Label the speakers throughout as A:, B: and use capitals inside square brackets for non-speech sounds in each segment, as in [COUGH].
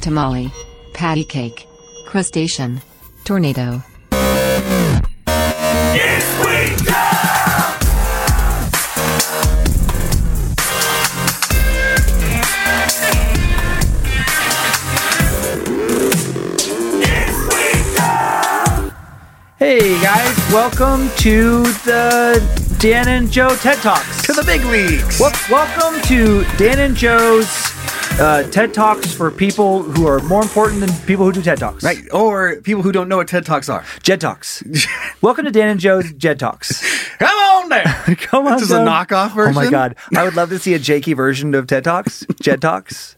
A: Tamale. Patty cake. Crustacean. Tornado.
B: Hey guys, welcome to the Dan and Joe TED Talks.
C: To the big leagues.
B: Wel- welcome to Dan and Joe's uh, TED Talks for people who are more important than people who do TED Talks.
C: Right. Or people who don't know what TED Talks are.
B: Jed Talks. [LAUGHS] welcome to Dan and Joe's Jed Talks.
C: [LAUGHS] Come on down.
B: [LAUGHS] Come on,
C: This is a
B: Joe.
C: knockoff
B: Oh my
C: version?
B: god, I would love to see a Jakey version of TED Talks.
C: [LAUGHS]
B: Jed Talks.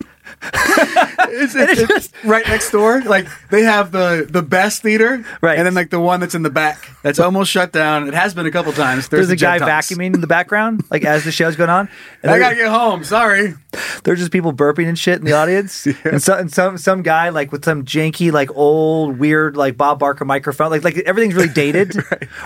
C: It's,
B: [LAUGHS]
C: it's, it's right next door. Like they have the the best theater.
B: Right.
C: And then like the one that's in the back that's almost shut down. It has been a couple times. There's,
B: There's a
C: the
B: guy
C: Jed Talks.
B: vacuuming in the background, like as the show's going on. And
C: I
B: there-
C: gotta get home. Sorry.
B: They're just people burping and shit in the [LAUGHS] audience, and, so, and some some guy like with some janky like old weird like Bob Barker microphone, like like everything's really [LAUGHS] dated,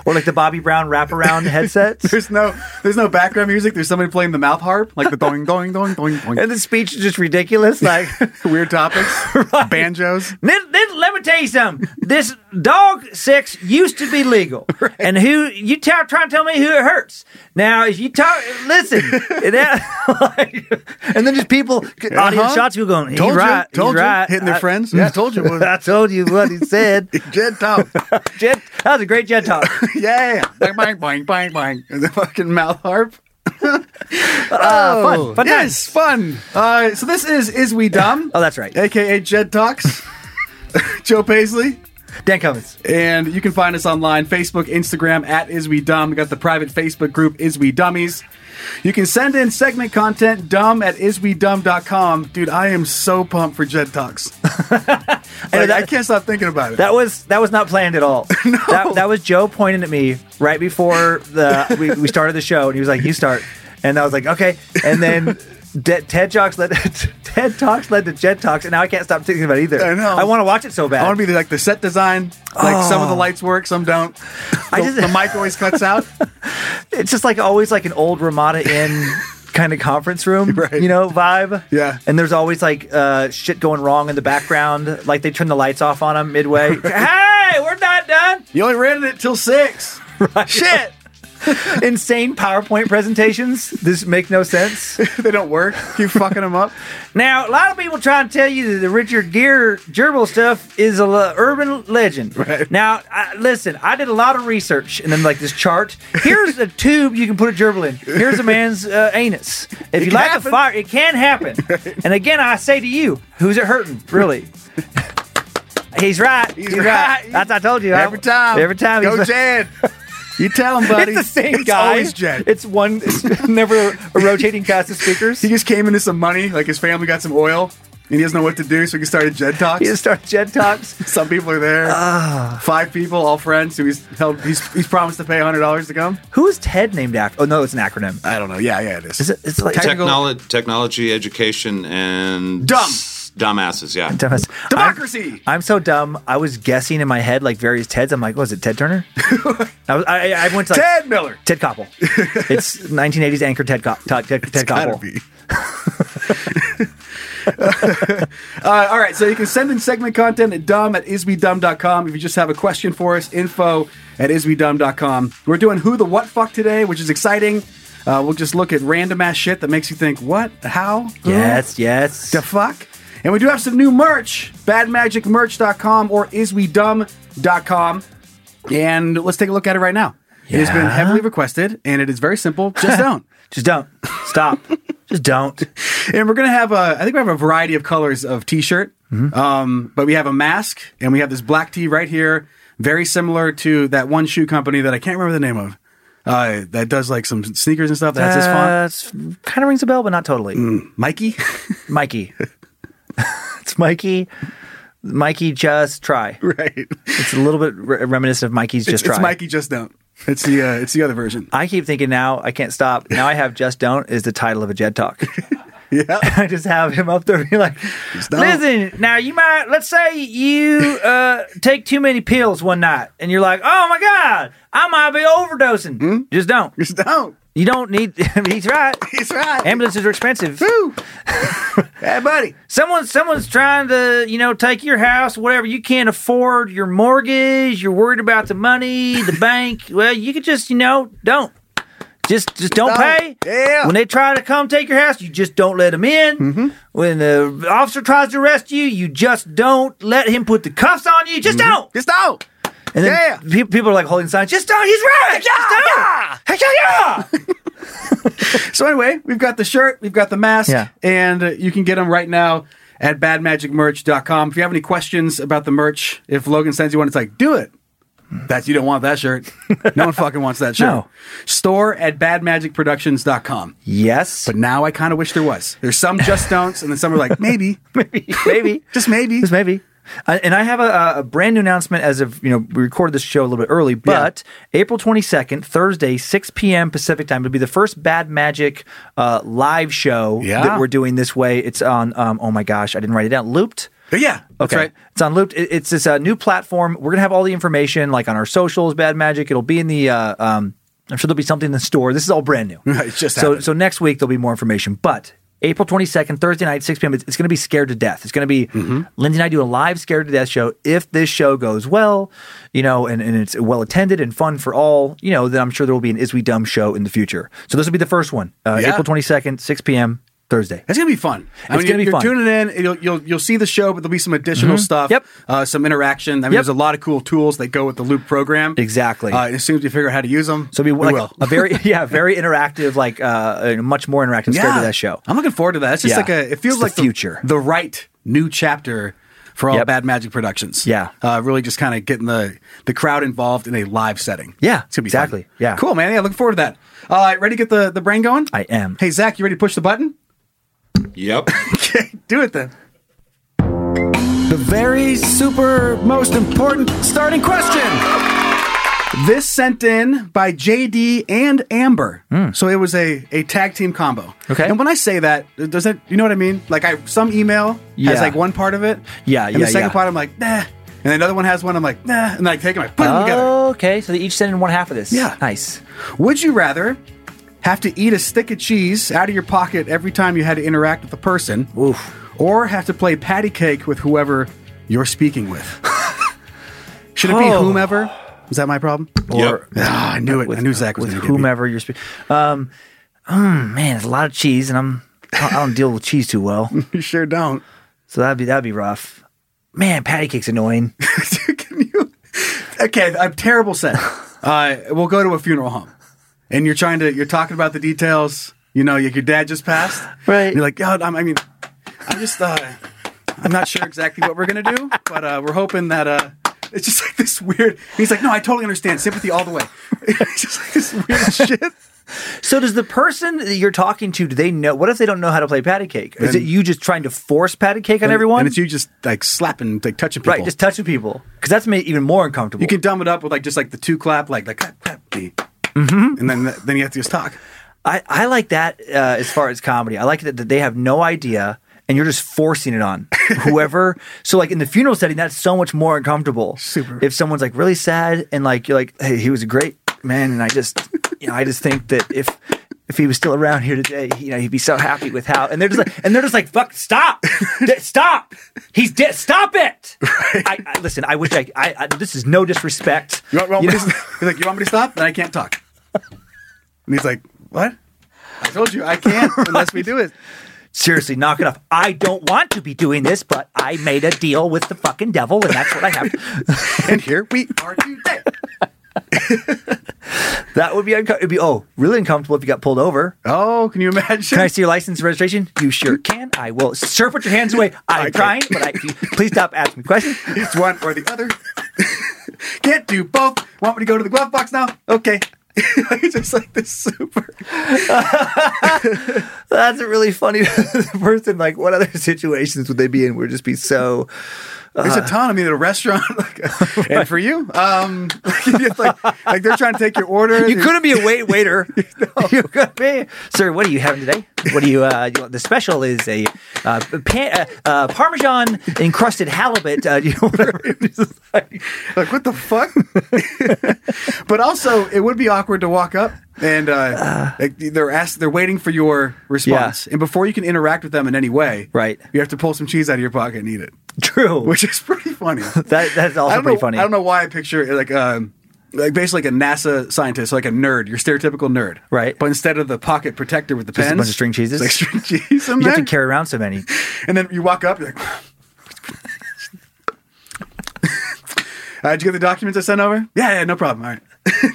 B: or like the Bobby Brown wraparound headsets,
C: There's no there's no background music. There's somebody playing the mouth harp, like the doing doing doing doing doing.
B: and the speech is just ridiculous. Like,
C: [LAUGHS]
B: [LAUGHS]
C: Weird topics. Banjos.
B: "Let- let- let me tell you something. This dog sex used to be
C: [LAUGHS]
B: legal, and who you t- trying to tell me who it hurts? Now, if you talk, listen,
C: [LAUGHS]
B: and, that- like- and then just people audience
C: Uh-huh.
B: shots who going, he's
C: Told you,
B: right, he's
C: told you.
B: right.
C: Hitting their
B: I-
C: friends. Yeah, I told you.
B: [LAUGHS]
C: [LAUGHS]
B: I told you what he said.
C: Jed Talks.
B: Jet, that was a great Jet talk.
C: [LAUGHS] Yeah. Bang, bang, bang, bang, bang. And the fucking mouth harp.
B: Uh, fun, fun times.
C: Oh, yes, fun. Uh, so this is Is
B: [LAUGHS]
C: We Dumb?
B: Oh, that's right.
C: AKA Jed Talks. [LAUGHS] Joe Paisley.
B: Dan Cummins.
C: And you can find us online Facebook, Instagram, at Is We Dumb. We got the private Facebook group, Is We Dummies. You can send in segment content, dumb at iswedumb.com. Dude, I am so pumped for Jed
B: [LAUGHS]
C: Talks. Like,
B: know that-
C: I can't stop thinking about it.
B: That was that was not planned
C: [LAUGHS]
B: at all. That, that was Joe pointing at me right before the we, we started the show, and he was like, "You start," and I was like, "Okay."
C: [LAUGHS]
B: And then De- Ted Talks led [LAUGHS] Ted Talks led to Jet Talks, and now I can't stop thinking about it either.
C: I know.
B: I want to watch it so bad.
C: I want to be the, like the set design. Like some of the lights work, some don't.
B: Oh. I
C: The-
B: just-
C: the mic always cuts
B: [LAUGHS]
C: out.
B: it's just like always like an old Ramada
C: [LAUGHS]
B: Inn kind of conference room, you know, vibe.
C: Yeah.
B: And there's always like uh, shit going wrong in the background. Like they turn the lights off on
C: [LAUGHS]
B: them midway. hey, we're not done.
C: You only ran it till
B: [LAUGHS]
C: six. Shit. [LAUGHS]
B: Insane PowerPoint presentations. This make no sense.
C: they don't work. Keep fucking them
B: [LAUGHS]
C: up.
B: Now, a lot of people try and tell you that the Richard Gere gerbil stuff is a le- urban legend.
C: Right.
B: Now, I, listen, I did a lot of research, and then like this chart. Here's a tube you can put a gerbil in. Here's a man's uh, anus. If you
C: can
B: like
C: happen.
B: the fire, it
C: [LAUGHS]
B: can happen. And again, I say to you, who's it hurting, really? He's right. He's, right.
C: right.
B: That's I told you. I-
C: Every time.
B: Every time.
C: Go
B: he's [LAUGHS]
C: Jed. You tell him, buddy.
B: It's the same
C: it's
B: guy.
C: always Jed.
B: It's one. It's never a rotating cast of
C: [LAUGHS]
B: speakers. [LAUGHS]
C: he just came into some money. Like his family got some oil. And he doesn't know what to do, so he started Jed Talks.
B: He just starts Jed talks.
C: Some people are there. Five people, all friends, who he's held. He's, he's promised to pay hundred dollars to come.
B: Who is TED named after? Oh no, it's an acronym.
C: I don't know. Yeah, yeah, it is.
B: Is it? It's like
C: Technical-
D: Technolo- technology, education, and
C: Dumb.
D: dumbasses. Yeah,
B: Dumb as-
C: Democracy.
B: I'm, I'm so dumb. I was guessing in my head like various Teds. I'm like, was it
C: [LAUGHS]
B: Ted Turner? I, was, I, I went to like,
C: Ted Miller.
B: Ted Koppel. It's 1980s anchor Ted Cop, Ted, Ted, Ted
C: Gotta
B: Koppel.
C: be. [LAUGHS] uh, all right, so you can send in segment content at dumb at isbedumb.com if you just have a question for us, info at isbedumb.com. We're doing Who the What Fuck today, which is exciting. Uh, we'll just look at random ass shit that makes you think, what, how, Who?
B: Yes, yes.
C: the fuck? And we do have some new merch, badmagicmerch.com or iswedumb.com. And let's take a look at it right now. It has been
B: Yeah.
C: heavily requested and it is very simple.
B: [LAUGHS]
C: Just don't.
B: Just don't stop. Just don't.
C: and we're gonna have a. I think we have a variety of colors of T-shirt.
B: Mm-hmm.
C: Um, but we have a mask, and we have this black tee right here, very similar to that one shoe company that I can't remember the name of. Uh, that does like some sneakers and stuff. That's his
B: Uh,
C: font.
B: kind of rings a bell, but not totally.
C: Mikey. [LAUGHS]
B: Mikey. [LAUGHS] it's Mikey. Mikey, just try.
C: right.
B: It's a little bit re- reminiscent of Mikey's
C: It's,
B: just try.
C: it's Mikey. Just don't. It's the uh, it's the other version.
B: I keep thinking now I can't stop. Now I have just don't is the title of a Jed talk.
C: [LAUGHS] Yeah.
B: [LAUGHS] I just have him up there and be like,
C: don't.
B: listen, now you might, let's say you uh, take too many pills one night and you're like, oh my God, I might be overdosing.
C: Hmm?
B: Just don't.
C: Just don't.
B: You don't need, [LAUGHS] he's right.
C: [LAUGHS] He's right.
B: Ambulances are expensive. [LAUGHS]
C: Woo. hey, buddy.
B: Someone, someone's trying to, you know, take your house, whatever. You can't afford your mortgage. You're worried about the money,
C: [LAUGHS]
B: the bank. Well, you could just, you know, don't. Just, just don't,
C: Don't.
B: pay.
C: Yeah. Mm-hmm.
B: When they try to come take your house, you just don't let them in. When the officer tries to arrest you, you just don't let him put the cuffs on you. Just don't.
C: Just don't.
B: And then
C: Mm-hmm. Yeah.
B: pe- people are like holding signs. Just don't. He's right. Yeah. Just don't. Yeah.
C: [LAUGHS]
B: yeah.
C: So anyway, we've got the shirt, we've got the mask,
B: Yeah.
C: and uh, you can get them right now at badmagicmerch.com. If you have any questions about the merch, if Logan sends you one, it's like, do it. That's you don't want that shirt. No one fucking wants that shirt.
B: [LAUGHS] No.
C: Store at badmagicproductions.com.
B: Yes.
C: But now I kind of wish there was. There's some
B: [LAUGHS]
C: just don'ts, and then some are like, maybe,
B: Maybe.
C: just maybe.
B: Just maybe. Uh, and I have a, a brand new announcement as of, you know, we recorded this show a little bit early, but April 22nd, Thursday, 6 p.m. Pacific time, it'll be the first Bad Magic uh, live show
C: Yeah.
B: that we're doing this way. It's on, um, oh my gosh, I didn't write it down. Looped.
C: But yeah, that's
B: Okay.
C: right.
B: It's on Looped. It- it's this uh, new platform. We're going to have all the information like on our socials, Bad Magic. It'll be in the, uh, um, I'm sure there'll be something in the store. This is all
C: [LAUGHS]
B: brand new.
C: It's just
B: so,
C: happened.
B: so next week there'll be more information. But April 22nd, Thursday night, 6 p.m., it's, it's going to be Scared to Death. It's going to be
C: Mm-hmm.
B: Lindsay and I do a live Scared to Death show. If this show goes well, you know, and, and it's well attended and fun for all, you know, then I'm sure there will be an Is We Dumb show in the future. So this will be the first one, uh,
C: Yeah.
B: April 22nd, 6 p.m., Thursday.
C: It's gonna be fun. I
B: It's
C: mean,
B: gonna be
C: you're,
B: fun. Mm-hmm.
C: you're tuning in. You'll, you'll you'll see the show, but there'll be some additional stuff.
B: Yep.
C: Uh, some interaction. I mean,
B: Yep.
C: there's a lot of cool tools that go with the Loop program.
B: Exactly.
C: Uh, as soon as we figure out how to use them,
B: So it'll be
C: we
B: like
C: will. [LAUGHS]
B: a very, yeah, very interactive, like uh, a much more interactive Scared to Death show.
C: I'm looking forward to that. It's just
B: Yeah.
C: like a. It feels
B: It's the
C: like
B: future.
C: the right new chapter for all
B: Yep.
C: Bad Magic Productions.
B: Yeah.
C: Uh, really, just kind of getting the the crowd involved in a live setting.
B: Yeah,
C: It's gonna be
B: exactly.
C: fun.
B: Yeah.
C: Cool, man. Yeah. Looking forward to that. All right. Ready to get the the brain going?
B: I am.
C: Hey, Zach. You ready to push the button?
D: Yep.
C: [LAUGHS] Okay. Do it then.
E: The very super most important starting question.
C: This sent in by JD and Amber. So it was a, a tag team combo.
B: Hmm. Okay.
C: And when I say that, does that you know what I mean? Like I some email
B: Yeah.
C: has like one part of it.
B: Yeah,
C: And the
B: yeah,
C: second
B: yeah.
C: part I'm like, nah. And another one has one I'm like, nah. And I take them, I put them together.
B: Oh, okay. So they each send in one half of this.
C: Yeah.
B: Nice.
C: Would you rather have to eat a stick of cheese out of your pocket every time you had to interact with a person? Or have to play patty cake with whoever you're speaking with?
B: [LAUGHS]
C: Should it be
B: Oh.
C: whomever? Is that my problem?
D: yep.
C: Ah, I knew it. I knew Zach was
B: with
C: gonna get me.
B: whomever you're speaking. Um, mm, man, it's a lot of cheese, and I'm I don't deal with cheese
C: [LAUGHS]
B: too well,
C: You sure don't.
B: so that'd be that'd be rough. Man, patty cake's annoying.
C: Can you? Okay, a terrible
B: [LAUGHS]
C: set. Uh, we'll go to a funeral home, and you're trying to you're talking about the details. You know, like your dad just passed.
B: Right.
C: You're like, God, I'm, I mean, I'm just, uh, I'm not sure exactly what we're gonna do, but uh, we're hoping that uh, it's just like this weird. He's like, No, I totally understand sympathy all the way. [LAUGHS] It's just like this weird
B: [LAUGHS]
C: shit.
B: So does the person that you're talking to? Do they know? What if they don't know how to play patty cake? Is it
C: Then-
B: you just trying to force patty cake on everyone?
C: and it's you just like slapping, like touching people.
B: right, just touching people because that's made even more uncomfortable.
C: you can dumb it up with like just like the two clap, like like clap clap, mm-hmm. and then then you have to just talk.
B: I, I like that uh, as far as comedy. I like that, that they have no idea and you're just forcing
C: [LAUGHS]
B: it on whoever. so like in the funeral setting, that's so much more uncomfortable.
C: Super.
B: If someone's like really sad and like you're like, hey, he was a great man, and I just you know I just think that if if he was still around here today, you know, he'd be so happy with how. And they're just like, and they're just like,
C: [LAUGHS]
B: fuck, stop, D- stop. He's dead. Stop it. I, I, listen, I wish I, I, I. This is no disrespect.
C: [LAUGHS] You want, you want
B: You
C: me
B: know?
C: to, he's like, you want me to stop? Then I can't talk. And he's like, what? I told you I can't unless we do it.
B: Seriously, knock it off. I don't want to be doing this, but I made a deal with the fucking devil, and that's what I have.
C: And here we are today.
B: that would be, unco- it'd be oh, really uncomfortable if you got pulled over.
C: Oh, can you imagine?
B: Can I see your license and registration? You sure can. I will. Sir, put your hands away. I'm trying, but I, if you- please stop asking me questions.
C: It's one or the other. Can't do both. Want me to go to the glove box now? Okay. [LAUGHS] It's just like this super.
B: That's a really funny [LAUGHS] person. Like, what other [LAUGHS] situations would they be in? Would just be so.
C: There's a ton. I mean, at a restaurant. [LAUGHS] Like, And for you, um, [LAUGHS] it's like, like they're trying to take your order.
B: [LAUGHS] You couldn't be
C: [LAUGHS]
B: a wait waiter. [LAUGHS] You could be, sir. What are you having today? What do you? Uh, you want, the special is a uh, pan, uh, uh, parmesan encrusted halibut. Uh, [LAUGHS] you know, whatever. It's just like-
C: like what the fuck [LAUGHS] but also it would be awkward to walk up and uh, like they're asked they're waiting for your response and before you can interact with them in any way
B: Right.
C: you have to pull some cheese out of your pocket and eat it
B: True.
C: which is pretty funny
B: [LAUGHS] That that's
C: I
B: also
C: don't
B: pretty
C: know,
B: funny.
C: i don't know why i picture like um like basically like a NASA scientist, like a nerd, your stereotypical nerd,
B: Right.
C: But instead of the pocket protector with the
B: Just a
C: pens,
B: bunch of string cheeses?
C: it's like string cheese. in
B: You have to
C: there.
B: carry around so many.
C: [LAUGHS] And then you walk up, you're like, [LAUGHS] uh, "Did you get the documents I sent over?" Yeah, yeah, no problem. All right.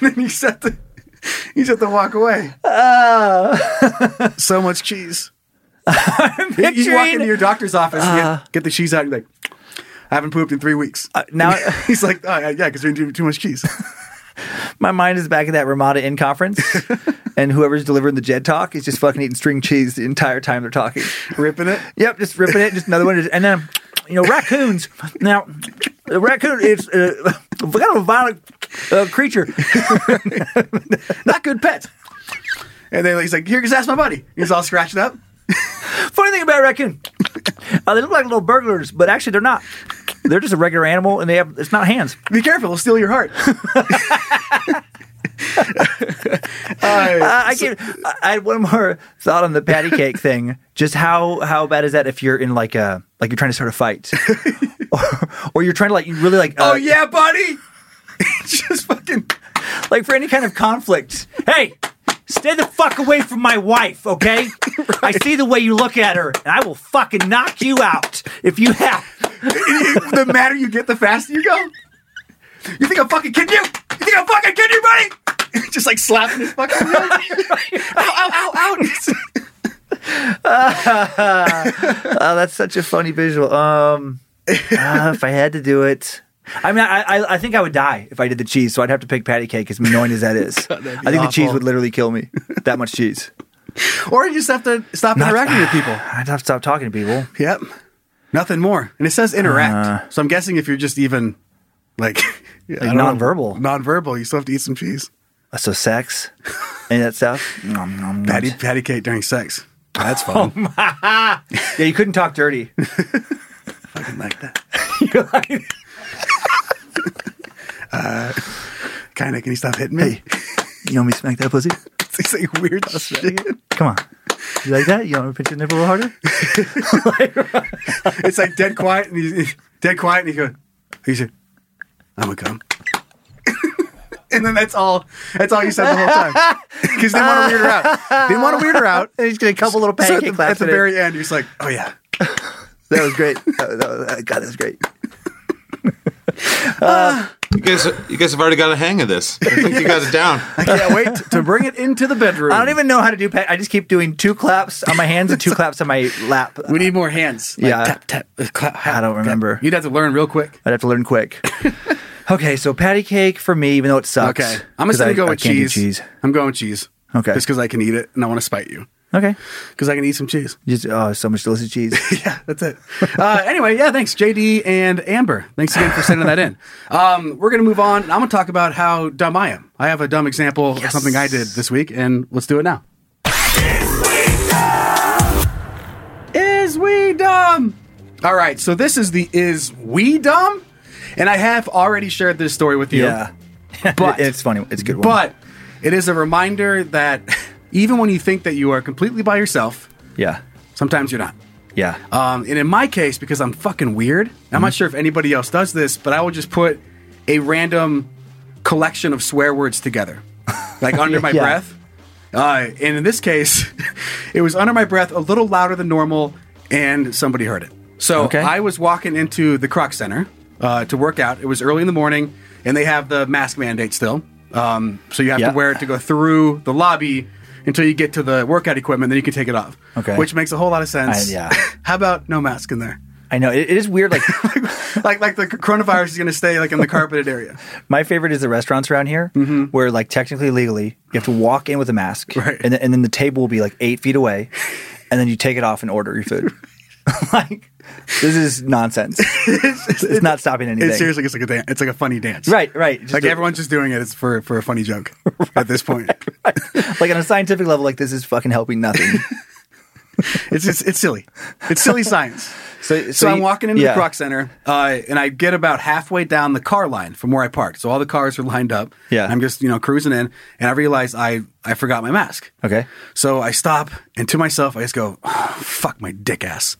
C: [LAUGHS] and then you set the you set the walk away. so much cheese. You, you walk into your doctor's office, and you get, get the cheese out, and you're like, "I haven't pooped in three weeks."
B: now
C: [LAUGHS] He's like, oh, yeah, because you're doing too much cheese.
B: my mind is back at that Ramada Inn
C: [LAUGHS]
B: conference, and whoever's delivering the Jed talk is just fucking eating string cheese the entire time they're talking.
C: Ripping it.
B: Yep, just ripping it. Just another one. And then, you know, raccoons. Now, a raccoon is uh, [LAUGHS] kind of a violent uh, creature. [LAUGHS]
C: Not good pet. And then he's like, here, just ask my buddy. He's all scratched up.
B: Funny thing about a raccoon, uh, they look like little burglars, but actually they're not. They're just a regular animal, and they have it's not hands.
C: Be careful, he'll steal your heart. [LAUGHS]
B: Uh, I, I can't. I, I had one more thought on
C: [LAUGHS]
B: the patty cake thing. Just how how bad is that if you're in like a like you're trying to start a
C: [LAUGHS]
B: fight, or, or you're trying to like you really like uh,
C: oh yeah, buddy. [LAUGHS] Just fucking.
B: like for any kind of conflict. Hey, stay the fuck away from my
C: [LAUGHS]
B: wife, okay? I see the way you look at her, and I will fucking knock you out if you have.
C: the madder you get, the faster you go. You think I'm fucking kidding you? You think I'm fucking kidding you, buddy? [LAUGHS] Just like slapping his fucking. [LAUGHS] ow, ow, ow, ow. [LAUGHS]
B: Oh, that's such a funny visual. [LAUGHS] Um, uh, if I had to do it. I mean, I, I I think I would die if I did the cheese, so I'd have to pick patty cake, as annoying as that is. [LAUGHS] I think the cheese
C: awful.
B: would literally kill me. That much [LAUGHS] cheese.
C: or you just have to stop
B: Not-
C: interacting with people.
B: [SIGHS] I'd have to stop talking to people.
C: Yep. Nothing more. And it says interact. so I'm guessing if you're just even Uh. like, [LAUGHS] I don't know,
B: nonverbal.
C: nonverbal, you still have to eat some cheese.
B: Uh, So [LAUGHS] sex, any of that stuff. Nom, nom, nom.
C: Patty, patty cake during sex. That's fun.
B: [LAUGHS] Yeah, you couldn't talk [LAUGHS] dirty.
C: Fucking like that. Kind of. Can you stop hitting me?
B: You want me to smack that pussy?
C: [LAUGHS] it's like weird shit.
B: Come on. You like that? You want me to pinch your nipple a little harder?
C: It's like dead quiet, and he's he's dead quiet, and he goes, he said, "I'm gonna come." [LAUGHS] and then that's all. That's all you said the whole time because they want to weird her out. They want to weird her
B: [LAUGHS]
C: out.
B: And [LAUGHS] he's gonna couple little
C: So
B: pancake
C: at the, at
B: claps
C: the
B: in it. [LAUGHS]
C: very end, he's like, "Oh yeah."
B: That was great. That was- that was- God, that was great.
D: You guys, you guys have already got a hang of this. I think you got it down.
C: I can't wait to bring it into the bedroom.
B: I don't even know how to do pat. I just keep doing two claps on my
C: [LAUGHS]
B: hands and two claps on my lap.
C: We need more hands. Like,
B: Yeah.
C: Tap, tap, uh, clap,
B: I don't remember.
C: You'd have to learn real quick.
B: I'd have to learn
C: [LAUGHS]
B: quick. Okay, so patty cake for me, even though it sucks.
C: Okay. I'm
B: 'cause
C: just gonna
B: I-
C: go
B: I
C: with
B: can't do
C: cheese.
B: cheese.
C: I'm going cheese.
B: Okay.
C: Just because I can eat it and I want to spite you.
B: Okay.
C: Because I can eat some cheese.
B: Just oh, so much delicious cheese.
C: [LAUGHS] yeah, that's it. Uh, anyway, yeah, thanks, JD and Amber. Thanks again for sending that in.
B: [LAUGHS]
C: Um, we're going to move on. and I'm going to talk about how dumb I am. I have a dumb example of something I did this week, and let's do it now. Is we dumb? All right, so this is the Is We Dumb? And I have already shared this story with you.
B: yeah. [LAUGHS]
C: But-
B: it's funny. It's a good one.
C: But it is a reminder that [LAUGHS] even when you think that you are completely by yourself,
B: yeah,
C: sometimes you're not.
B: yeah.
C: Um, and in my case, because I'm fucking weird, I'm
B: Mm-hmm.
C: not sure if anybody else does this, but I will just put
B: [LAUGHS]
C: a random collection of swear words together, like under my
B: Yeah.
C: breath. Uh, and in this case, [LAUGHS] it was under my breath, a little louder than normal, and somebody heard it. So
B: Okay.
C: I was walking into the Croc Center uh, to work out. It was early in the morning, and they have the mask mandate still. Um, so you have
B: Yeah.
C: to wear it to go through the lobby until you get to the workout equipment, then you can take it off.
B: Okay.
C: Which makes a whole lot of sense.
B: I- yeah.
C: [LAUGHS] How about no mask in there?
B: I know it, it is weird. Like
C: [LAUGHS] Like, like the coronavirus is going to stay like in the carpeted
B: [LAUGHS]
C: area.
B: my favorite is the restaurants around here, where like technically legally you have to walk in with a mask,
C: Mm-hmm. Right.
B: and, then- and then the table will be like eight feet
C: [LAUGHS]
B: away, and then you take it off and order your food. [LAUGHS] like this is nonsense. it's, not stopping
C: [LAUGHS]
B: anything.
C: It's seriously, it's like a dan- it's like a funny dance,
B: Right, right. Just
C: like
B: a-
C: everyone's just doing it. It's for for a funny
B: [LAUGHS]
C: joke at this point.
B: like on a scientific level, like this is fucking helping nothing.
C: It's just, it's silly. It's
B: [LAUGHS]
C: silly science.
B: So-
C: [LAUGHS] So,
B: so
C: I'm
B: you-
C: walking into
B: yeah.
C: the Croc Center, uh, and I get about halfway down the car line from where I parked. So all the cars are lined up.
B: Yeah.
C: I'm just you know cruising in, and I realize I I forgot my mask.
B: Okay.
C: So I stop, and to myself, I just go, [SIGHS] "Fuck my dick ass."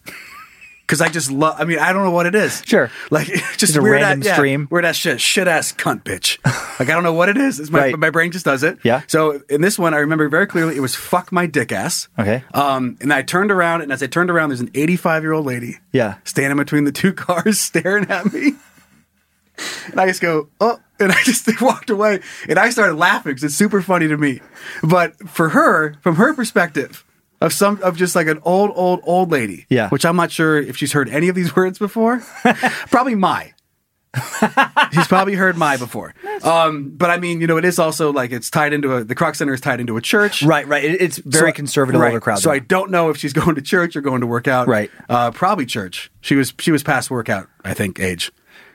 C: Because I just love. I mean, I don't know what it is.
B: Sure.
C: Like [LAUGHS] just,
B: a
C: weird
B: random
C: ass- yeah,
B: stream.
C: weird ass shit, shit ass cunt bitch. Like I don't know what it is. It's my
B: Right.
C: my brain just does it.
B: Yeah.
C: So in this one, I remember very clearly it was "fuck my dick ass."
B: Okay.
C: Um, and I turned around, and as I turned around, there's an 85 year old lady.
B: Yeah.
C: Standing between the two [LAUGHS] cars, staring at me. And I just go, oh, [LAUGHS] and I just walked away. And I started laughing because it's super funny to me. But for her, from her perspective, of some of just like an old, old, old lady.
B: Yeah.
C: Which I'm not sure if she's heard any of these [LAUGHS] words before. probably
B: [LAUGHS]
C: my. She's probably heard my before. Um, but I mean, you know, it is also like it's tied into a the Croc Center is tied into a church.
B: Right, right. It, it's very
C: So-
B: conservative
C: right.
B: older crowd.
C: So I
B: though.
C: don't know if she's [LAUGHS] going to church or going to workout.
B: Right.
C: Uh, probably church. She was she was past workout, I think, age.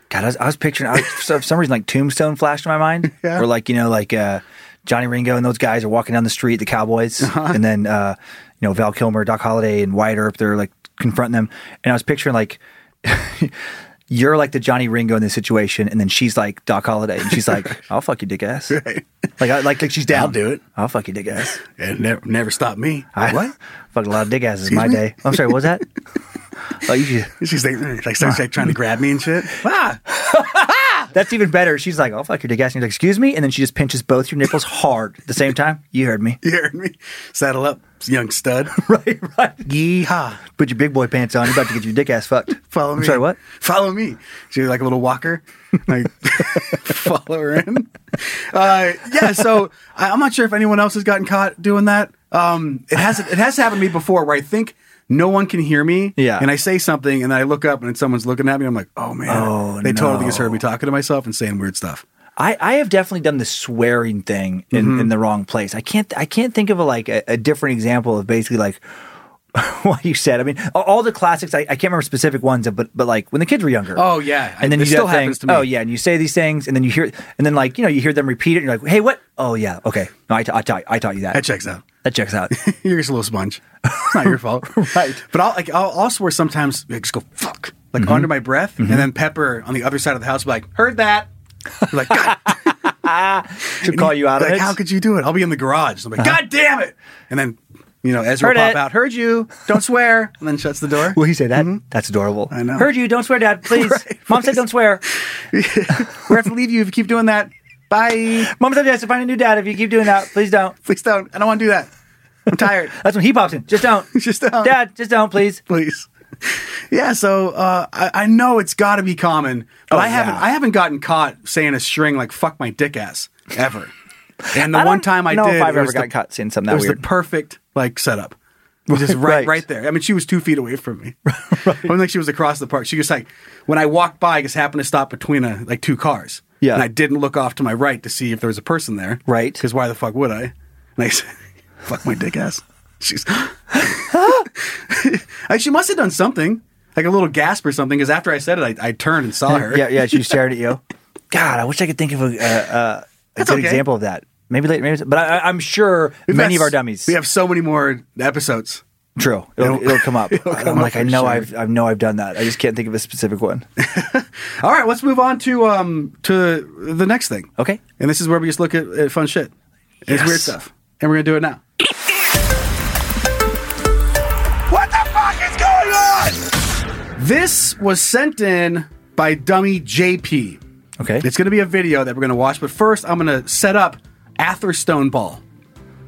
B: God, I was, I was picturing I was, for some reason like Tombstone flashed in my mind,
C: [LAUGHS] Yeah.
B: or like you know like uh, Johnny Ringo and those guys are walking down the street, the Cowboys,
C: Uh-huh.
B: and then uh, you know Val Kilmer, Doc Holliday, and Wyatt Earp. They're like confronting them, and I was picturing like. [LAUGHS] You're like the Johnny Ringo in this situation, and then she's like Doc Holliday, and
C: [LAUGHS]
B: she's like, "I'll fuck you, dick ass."
C: Right.
B: Like, I, like, like she's down.
C: I'll do it.
B: I'll fuck you, dick ass.
C: It never never stopped me.
B: I [LAUGHS] what? Fucked a lot of dick asses in my
C: me?
B: day. I'm sorry. What
C: [LAUGHS]
B: was that? oh, you should,
C: She's like, mm, like starts like trying to grab me and shit. Ah, [LAUGHS]
B: That's even better. She's like, "I'll fuck your dick ass." And you're like, "Excuse me," and then she just pinches both your nipples hard at the same time. You heard me,
C: you heard me? Saddle up, young
B: [LAUGHS]
C: stud. [LAUGHS] right, right. Yeehaw.
B: Put your big boy pants on. You're about to get your dick ass fucked.
C: Follow
B: I'm
C: me.
B: Sorry, what?
C: Follow me. She was like a little walker. Like [LAUGHS] follow her in. Uh, yeah. So I, I'm not sure if anyone else has gotten caught doing that. Um, it has it has happened to me before where I think no one can hear me.
B: Yeah.
C: And I say something and I look up and someone's looking at me. I'm like, oh man,
B: Oh,
C: they totally
B: no.
C: just heard me talking to myself and saying weird stuff.
B: I, I have definitely done the swearing thing in,
C: Mm-hmm.
B: in the wrong place. I can't I can't think of a like a, a different example of basically like [LAUGHS] what you said. I mean, all, all the classics. I, I can't remember specific ones, but but like when the kids were younger.
C: Oh, yeah.
B: and then
C: This
B: you do
C: still
B: that thing,
C: happens to me.
B: Oh yeah, and you say these things, and then you hear, and then like you know you hear them repeat it, and you're like, hey, what? Oh yeah, okay. No, I, ta- I taught I taught you that.
C: That checks out.
B: That
C: [LAUGHS]
B: checks out.
C: You're just a little sponge. It's not your fault,
B: [LAUGHS] Right. Mm-hmm.
C: But I'll like I'll, I'll swear sometimes I just go fuck like under my breath, and then Pepper on the other side of the house will be like heard that. I'm like
B: [LAUGHS]
C: God,
B: to call you out
C: like
B: on it. Uh-huh.
C: how could you do it? I'll be in the garage. I'm like God damn it, and then you know Ezra
B: Heard
C: will pop
B: it.
C: out. Heard you. Don't swear, and then shuts the door.
B: Will he say that? Mm-hmm. That's adorable. I
C: know.
B: Heard you. Don't
C: [LAUGHS]
B: swear, Dad. Please. Mom said don't swear.
C: We're gonna have to leave you if you keep doing that. Bye.
B: [LAUGHS] Mom said you have to find a new dad if you keep doing that. Please don't.
C: Please don't. I don't want to do that. I'm tired.
B: That's when he pops in. Just don't.
C: [LAUGHS] Just don't.
B: Dad, just don't, please.
C: please. Yeah, so uh, I, I know it's got to be common, but I haven't
B: Oh, yeah.
C: I haven't gotten caught saying a string like "fuck my dick ass" ever. And the
B: I
C: one
B: don't
C: time I
B: know
C: did,
B: if I've
C: it
B: ever
C: was
B: gotten
C: the,
B: caught saying something
C: it
B: that
C: was
B: weird.
C: the perfect like setup. It was
B: [LAUGHS]
C: just right,
B: Right.
C: right, there. I mean, she was two feet away from
B: [LAUGHS]
C: me. It wasn't like she was across the park. She just like when I walked by, I just happened to stop between a, like two cars.
B: Yeah.
C: and I didn't look off to my right to see if there was a person there.
B: Right.
C: because why the fuck would I? And I [LAUGHS] said, "Fuck my dick ass." She's I, she must have done something, like a little gasp or something, because after I said it, I, I turned and saw her.
B: Yeah, yeah. She stared at you. [LAUGHS] God, I wish I could think of a, uh, uh, a good
C: okay.
B: example of that. Maybe later. Maybe, but I, I- I'm sure
C: We've
B: many
C: got
B: of our
C: s-
B: dummies.
C: We have so many more episodes. [LAUGHS]
B: True. It'll, it'll come up.
C: come
B: I'm
C: up
B: like, I
C: for
B: know
C: sure.
B: I've, I know I've done that. I just can't think of a specific one.
C: All right, let's move on to um to the next thing.
B: Okay.
C: And this is where we just look at, at fun shit. It's weird stuff, and we're gonna do it now. What the fuck is going on? This was sent in by Dummy JP.
B: Okay.
C: It's going to be a video that we're going to watch, but first I'm going to set up Atherstone Ball.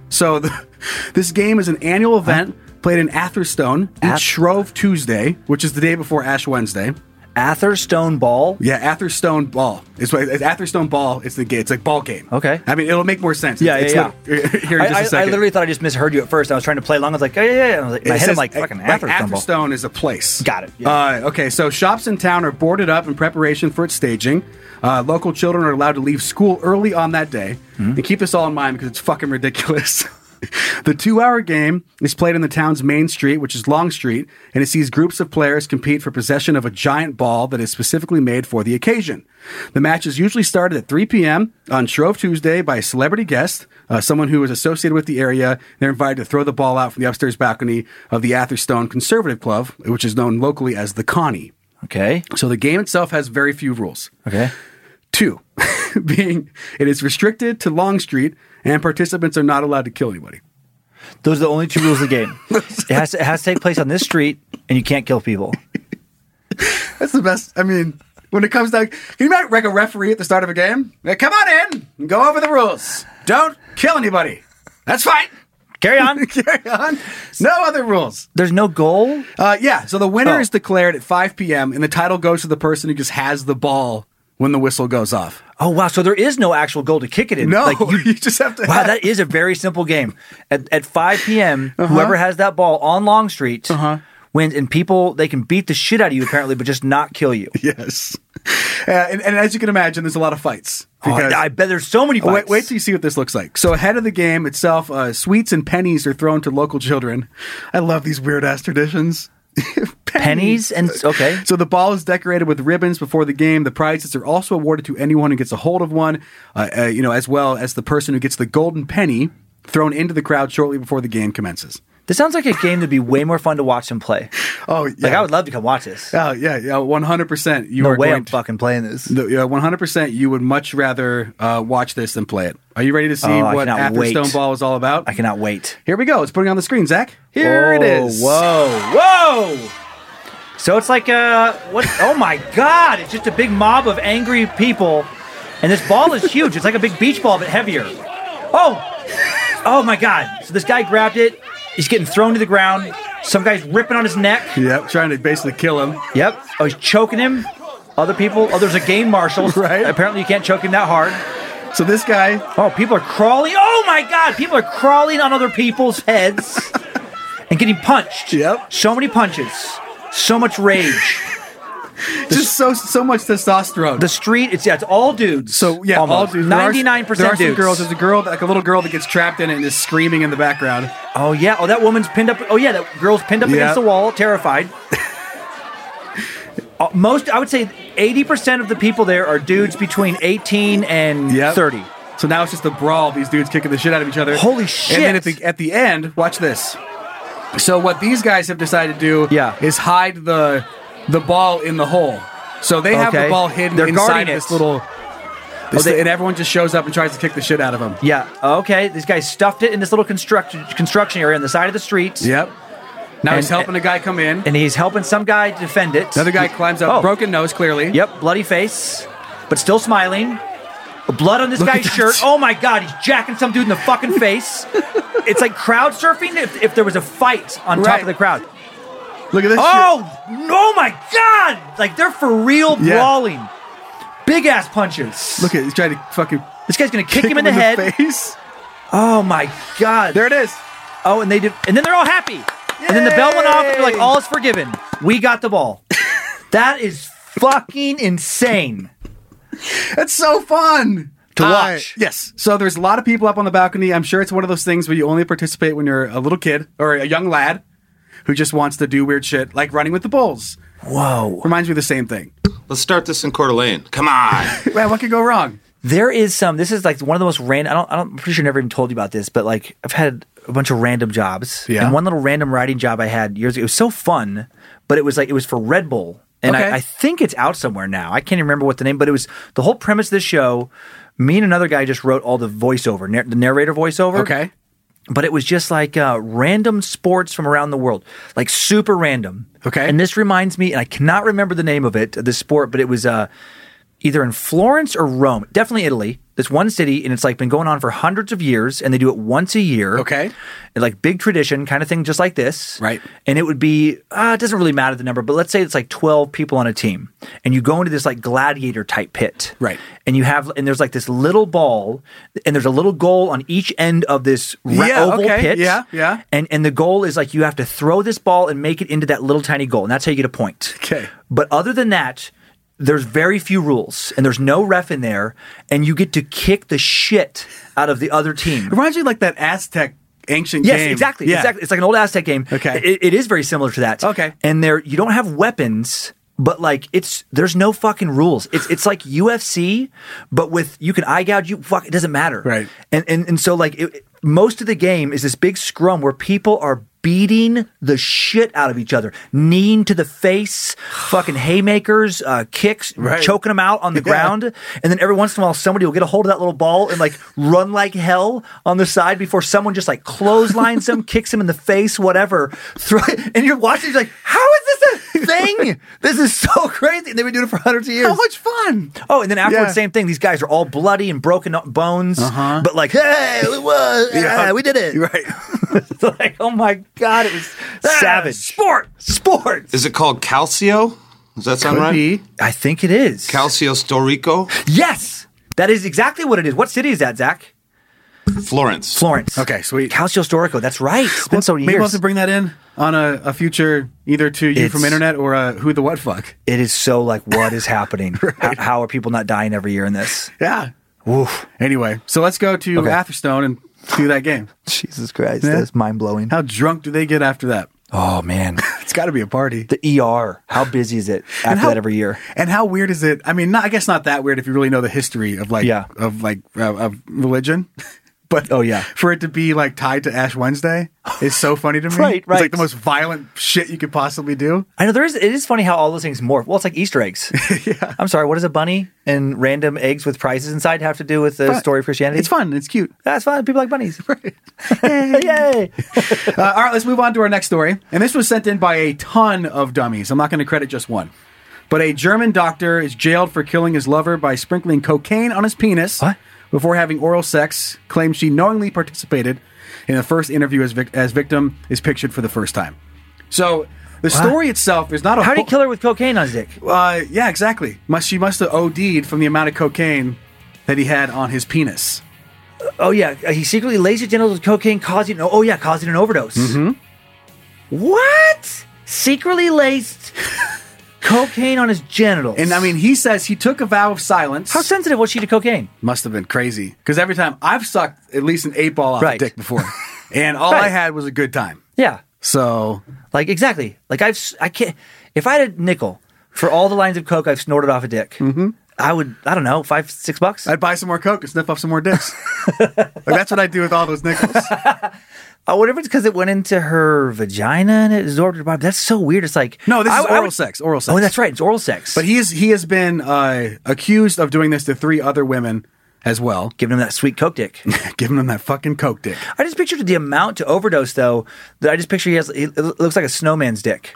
C: So [LAUGHS] the, this game is an annual
B: Uh-huh.
C: event played in Atherstone
B: Ath-
C: each Shrove Tuesday, which is the day before Ash Wednesday.
B: Atherstone Ball.
C: Yeah, Atherstone Ball. It's, what- it's Atherstone Ball. It's the game. It's like ball game.
B: Okay.
C: I mean, it'll make more sense.
B: Yeah,
C: it's
B: yeah,
C: li- [LAUGHS] Here in
B: I,
C: just a
B: I- I
C: second.
B: literally thought I just misheard you at first. I was trying to play along. I was like, oh, yeah, yeah. yeah. And I was like,
C: It says,
B: in my head, I'm like,
C: uh,
B: fucking
C: like,
B: Atherstone Ball.
C: Atherstone is a place.
B: Got it,
C: Uh, okay, so shops in town are boarded up in preparation for its staging. Uh, local children are allowed to leave school early on that day.
B: Hmm?
C: And keep this all in mind because it's fucking ridiculous. [LAUGHS] the two hour game is played in the town's main street, which is Long Street, and it sees groups of players compete for possession of a giant ball that is specifically made for the occasion. The matches usually started at 3 p.m. on Shrove Tuesday by a celebrity guest, uh, someone who is associated with the area. They're invited to throw the ball out from the upstairs balcony of the Atherstone Conservative Club, which is known locally as the Connie.
B: Okay.
C: So the game itself has very few rules.
B: Okay.
C: Two, [LAUGHS] being it is restricted to Long Street, and participants are not allowed to kill anybody.
B: Those are the only two rules of the
C: [LAUGHS]
B: game. it, has to, it has to take place on this street, and you can't kill people.
C: [LAUGHS] That's the best. I mean, when it comes down, can you imagine like a referee at the start of a game? Like, Come on in, and go over the rules. Don't kill anybody. That's fine. [LAUGHS]
B: Carry on.
C: Carry on. No other rules.
B: There's no goal.
C: Uh, yeah. So the winner
B: Oh.
C: is declared at 5 p.m. and the title goes to the person who just has the ball when the whistle goes off.
B: Oh wow! So there is no actual goal to kick it in.
C: No, [LAUGHS]
B: Like,
C: you,
B: you-
C: just have to.
B: wow,
C: have-
B: that is a very simple game. At, at 5 p.m.,
C: Uh-huh.
B: whoever has that ball on Long Street wins, and people they can beat the shit out of you apparently, but just not kill you.
C: [LAUGHS] [LAUGHS] yes. Uh, and, and as you can imagine, there's a lot of fights.
B: Oh,
C: because-
B: I bet there's so many.
C: Oh,
B: Fights.
C: Wait, wait till you see what this looks like. So ahead of the game itself, uh, sweets and pennies are thrown to local children. I love these weird ass traditions. [LAUGHS]
B: pennies and okay.
C: So the ball is decorated with ribbons before the game. The prizes are also awarded to anyone who gets a hold of one, uh, uh, you know, as well as the person who gets the golden penny thrown into the crowd shortly before the game commences.
B: This sounds like a game that'd be way more fun to watch than play.
C: Oh, yeah.
B: Like I would love to come watch this.
C: Oh, yeah, yeah, 100%. You
B: no
C: are
B: way
C: going
B: I'm
C: to-
B: fucking playing this.
C: No, yeah, 100%. You would much rather uh, watch this than play it. Are you ready to see
B: Oh, I
C: what
B: cannot
C: After
B: wait.
C: Stone Ball is all about?
B: I cannot wait.
C: Here we go. It's putting on the screen, Zach. Here it
B: Oh,
C: is.
B: Whoa, whoa. So it's like uh what oh my god, it's just a big mob of angry people. And this ball is huge. It's like a big beach ball but heavier. Oh. Oh my god. So this guy grabbed it. He's getting thrown to the ground. Some guy's ripping on his neck.
C: Yep, trying to basically kill him.
B: Yep. Oh, he's choking him. Other people. Oh, there's a game [LAUGHS] marshal.
C: Right.
B: Apparently, you can't choke him that hard.
C: So this guy,
B: Oh, people are crawling. Oh my God, people are crawling on other people's heads and getting punched.
C: Yep.
B: So many punches. So much rage.
C: just so so much testosterone.
B: The street. It's yeah. It's all dudes.
C: so yeah, all dudes. There are-
B: Ninety-nine
C: There
B: percent
C: are some
B: dudes.
C: girls. There's a girl, like a little girl that gets trapped in it and is screaming in the background.
B: oh yeah. Oh, that woman's pinned up. Oh yeah, that girl's pinned up
C: Yeah.
B: against the
C: [LAUGHS]
B: wall, terrified. Uh, Most, I would say, eighty percent of the people there are dudes between eighteen and
C: Yep.
B: thirty.
C: So now it's just a brawl. These dudes kicking the shit out of each other.
B: Holy
C: And
B: shit.
C: then at the at the end, watch this. So what these guys have decided to do
B: Yeah.
C: is hide the the ball in the hole. So they have the
B: Okay.
C: ball hidden
B: They're
C: inside
B: guarding
C: of
B: it.
C: this little. This,
B: they-
C: and everyone just shows up and tries to kick the shit out of them.
B: Yeah. Okay. This guy stuffed it in this little construction construction area on the side of the street.
C: Yep. eh, Now
B: And-
C: he's helping a guy come in.
B: And he's helping some guy defend it.
C: Another guy climbs up,
B: Oh.
C: broken nose clearly.
B: Yep. Bloody face, but still smiling. Blood on this
C: Look at
B: guy's
C: that.
B: shirt. Oh my God! He's jacking some dude in the fucking face. it's like crowd surfing if, if there was a fight on top
C: Right.
B: of the crowd.
C: Look at this. shit.
B: Oh no! My God! Like they're for real
C: Yeah.
B: brawling. Big ass punches.
C: Look at he's trying to fucking
B: this guy's gonna kick,
C: kick
B: him in the head.
C: face.
B: oh my God!
C: There it is.
B: Oh, and they did, and then they're all happy. And then the bell went off, and they're like, "All is forgiven. We got
C: [LAUGHS]
B: the ball." that is fucking insane.
C: That's so fun
B: To
C: Uh,
B: watch.
C: yes. So there's a lot of people up on the balcony. I'm sure it's one of those things where you only participate when you're a little kid or a young lad who just wants to do weird shit, like running with the bulls.
B: Whoa!
C: Reminds me of the same thing.
D: Let's start this in Coeur d'Alene. Come on.
C: Man, what could go wrong?
B: There is some. This is like one of the most random. I don't. I don't I'm pretty sure I never even told you about this, but like I've had a bunch of random jobs.
C: Yeah.
B: And one little random writing job I had years ago. It was so fun, but it was like it was for Red Bull, and
C: Okay.
B: I, I think it's out somewhere now. I can't even remember what the name, but it was the whole premise of this show. Me and another guy just wrote all the voiceover, nar- the narrator voiceover.
C: Okay.
B: but it was just like uh, random sports from around the world, like super random.
C: Okay.
B: And this reminds me, and I cannot remember the name of it, the sport, but it was uh, either in Florence or Rome, definitely Italy. This one city, and it's like been going on for hundreds of years, and they do it once a year.
C: Okay.
B: And, like big tradition kind of thing, just like this.
C: Right.
B: And it would be, uh, it doesn't really matter the number, but let's say it's like 12 people on a team, and you go into this like gladiator type pit.
C: Right.
B: And you have, and there's like this little ball, and there's a little goal on each end of this ra-
C: Yeah,
B: oval
C: okay,
B: pit.
C: yeah, yeah.
B: And and the goal is like you have to throw this ball and make it into that little tiny goal, and that's how you get a point.
C: Okay.
B: But other than that, there's very few rules, and there's no ref in there, and you get to kick the shit out of the other team.
C: Reminds you of, like that Aztec ancient
B: Yes,
C: game.
B: exactly,
C: Yeah.
B: exactly. It's like an old Aztec game.
C: Okay.
B: It- it is very similar to that.
C: Okay.
B: and there you don't have weapons. But like it's there's no fucking rules. It's it's like UFC, but with you can eye gouge you. Fuck, it doesn't matter.
C: Right.
B: And and and so like it, it- most of the game is this big scrum where people are beating the shit out of each other, kneeing to the face, fucking haymakers, uh, kicks,
C: Right.
B: choking them out
C: [LAUGHS]
B: on the ground, and then every once in a while somebody will get a hold of that little ball and like run like hell on the side before someone just like clotheslines him, [LAUGHS] kicks him in the face, whatever. [LAUGHS] Throw and you're watching, you're like, how is this a thing? this is so crazy. And they've been doing it for hundreds of years.
C: How much fun!
B: Oh, and then afterwards,
C: Yeah. Uh-huh.
B: same thing. These guys are all bloody and broken up bones, but like, hey,
C: [LAUGHS]
B: it was, yeah, we did it.
C: Right.
B: It's [LAUGHS] like, oh my god, it was
C: Ah,
B: savage sport, sport.
D: Is it called Calcio? Does that sound
C: Could
D: right?
C: be.
B: I think it is.
D: Calcio Storico,
B: yes, that is exactly what it is. What city is that, Zach?
D: Florence.
B: Florence.
C: Okay, sweet.
B: Calcio Storico. That's right. It's been [LAUGHS] so many
C: Maybe
B: years.
C: we'll have to bring that in on a, a future either to you from
B: It's-
C: internet or a who the what fuck.
B: it is so like, what is [LAUGHS] happening? how, how are people not dying every year in this?
C: Yeah.
B: Oof.
C: Anyway, so let's go to
B: Okay.
C: Atherstone and do that game.
B: Jesus Christ,
C: Yeah.
B: that's mind blowing.
C: How drunk do they get after that?
B: Oh man,
C: It's got to be a party.
B: [LAUGHS] the ER. How busy is it after
C: And how-
B: that every year?
C: And how weird is it? I mean, not, I guess not that weird if you really know the history of like
B: Yeah.
C: of like uh, of religion. [LAUGHS] But
B: Oh, yeah.
C: for it to be like tied to Ash Wednesday is so funny to me.
B: [LAUGHS] Right,
C: It's like
B: right.
C: the most violent shit you could possibly do.
B: I know there is. It is funny how all those things morph. Well, it's like Easter [LAUGHS] eggs. I'm sorry. What does a bunny and random eggs with prizes inside have to do with the
C: Fun.
B: story of Christianity?
C: It's fun. It's cute. [LAUGHS]
B: That's fine. People like bunnies. [LAUGHS] Yay!
C: [LAUGHS] Uh, all right, let's move on to our next story. And this was sent in by a ton of dummies. I'm not going to credit just one. But a German doctor is jailed for killing his lover by sprinkling cocaine on his penis
B: What?
C: before having oral sex. Claims she knowingly participated in the first interview as, vic- as victim is pictured for the first time. So the story itself is not a.
B: How do you
C: whole-
B: kill her with cocaine on his dick?
C: Uh, yeah, exactly. Must she must have OD'd from the amount of cocaine that he had on his penis.
B: Oh yeah, he secretly laced his genitals with cocaine, causing oh yeah, causing an overdose.
C: Mm-hmm.
B: What? Secretly
C: [LAUGHS]
B: laced cocaine on his genitals.
C: And I mean, he says he took a vow of silence.
B: how sensitive was she to cocaine?
C: Must have been crazy. Because every time I've sucked at least an eight ball off
B: Right.
C: a dick before,
B: [LAUGHS]
C: and all I
B: Right.
C: had was a good time.
B: Yeah,
C: So
B: like exactly. Like I've s- I can't. If I had a nickel for all the lines of coke I've snorted off a dick, I would I don't know five six bucks.
C: Mm-hmm. I'd buy some more coke and sniff off some more dicks. like that's what I do with all those nickels.
B: [LAUGHS] Oh, whatever it's because it went into her vagina and it absorbed her body. That's so weird. It's like
C: No, this
B: I-
C: is
B: I
C: oral
B: would-
C: sex. Oral sex.
B: Oh, that's right. It's oral sex.
C: But he is he has been uh, accused of doing this to three other women as well, [LAUGHS]
B: giving him that sweet coke dick.
C: giving them that fucking coke dick.
B: I just pictured the amount to overdose though. That I just picture he has. He, it looks like a
C: [LAUGHS]
B: snowman's dick.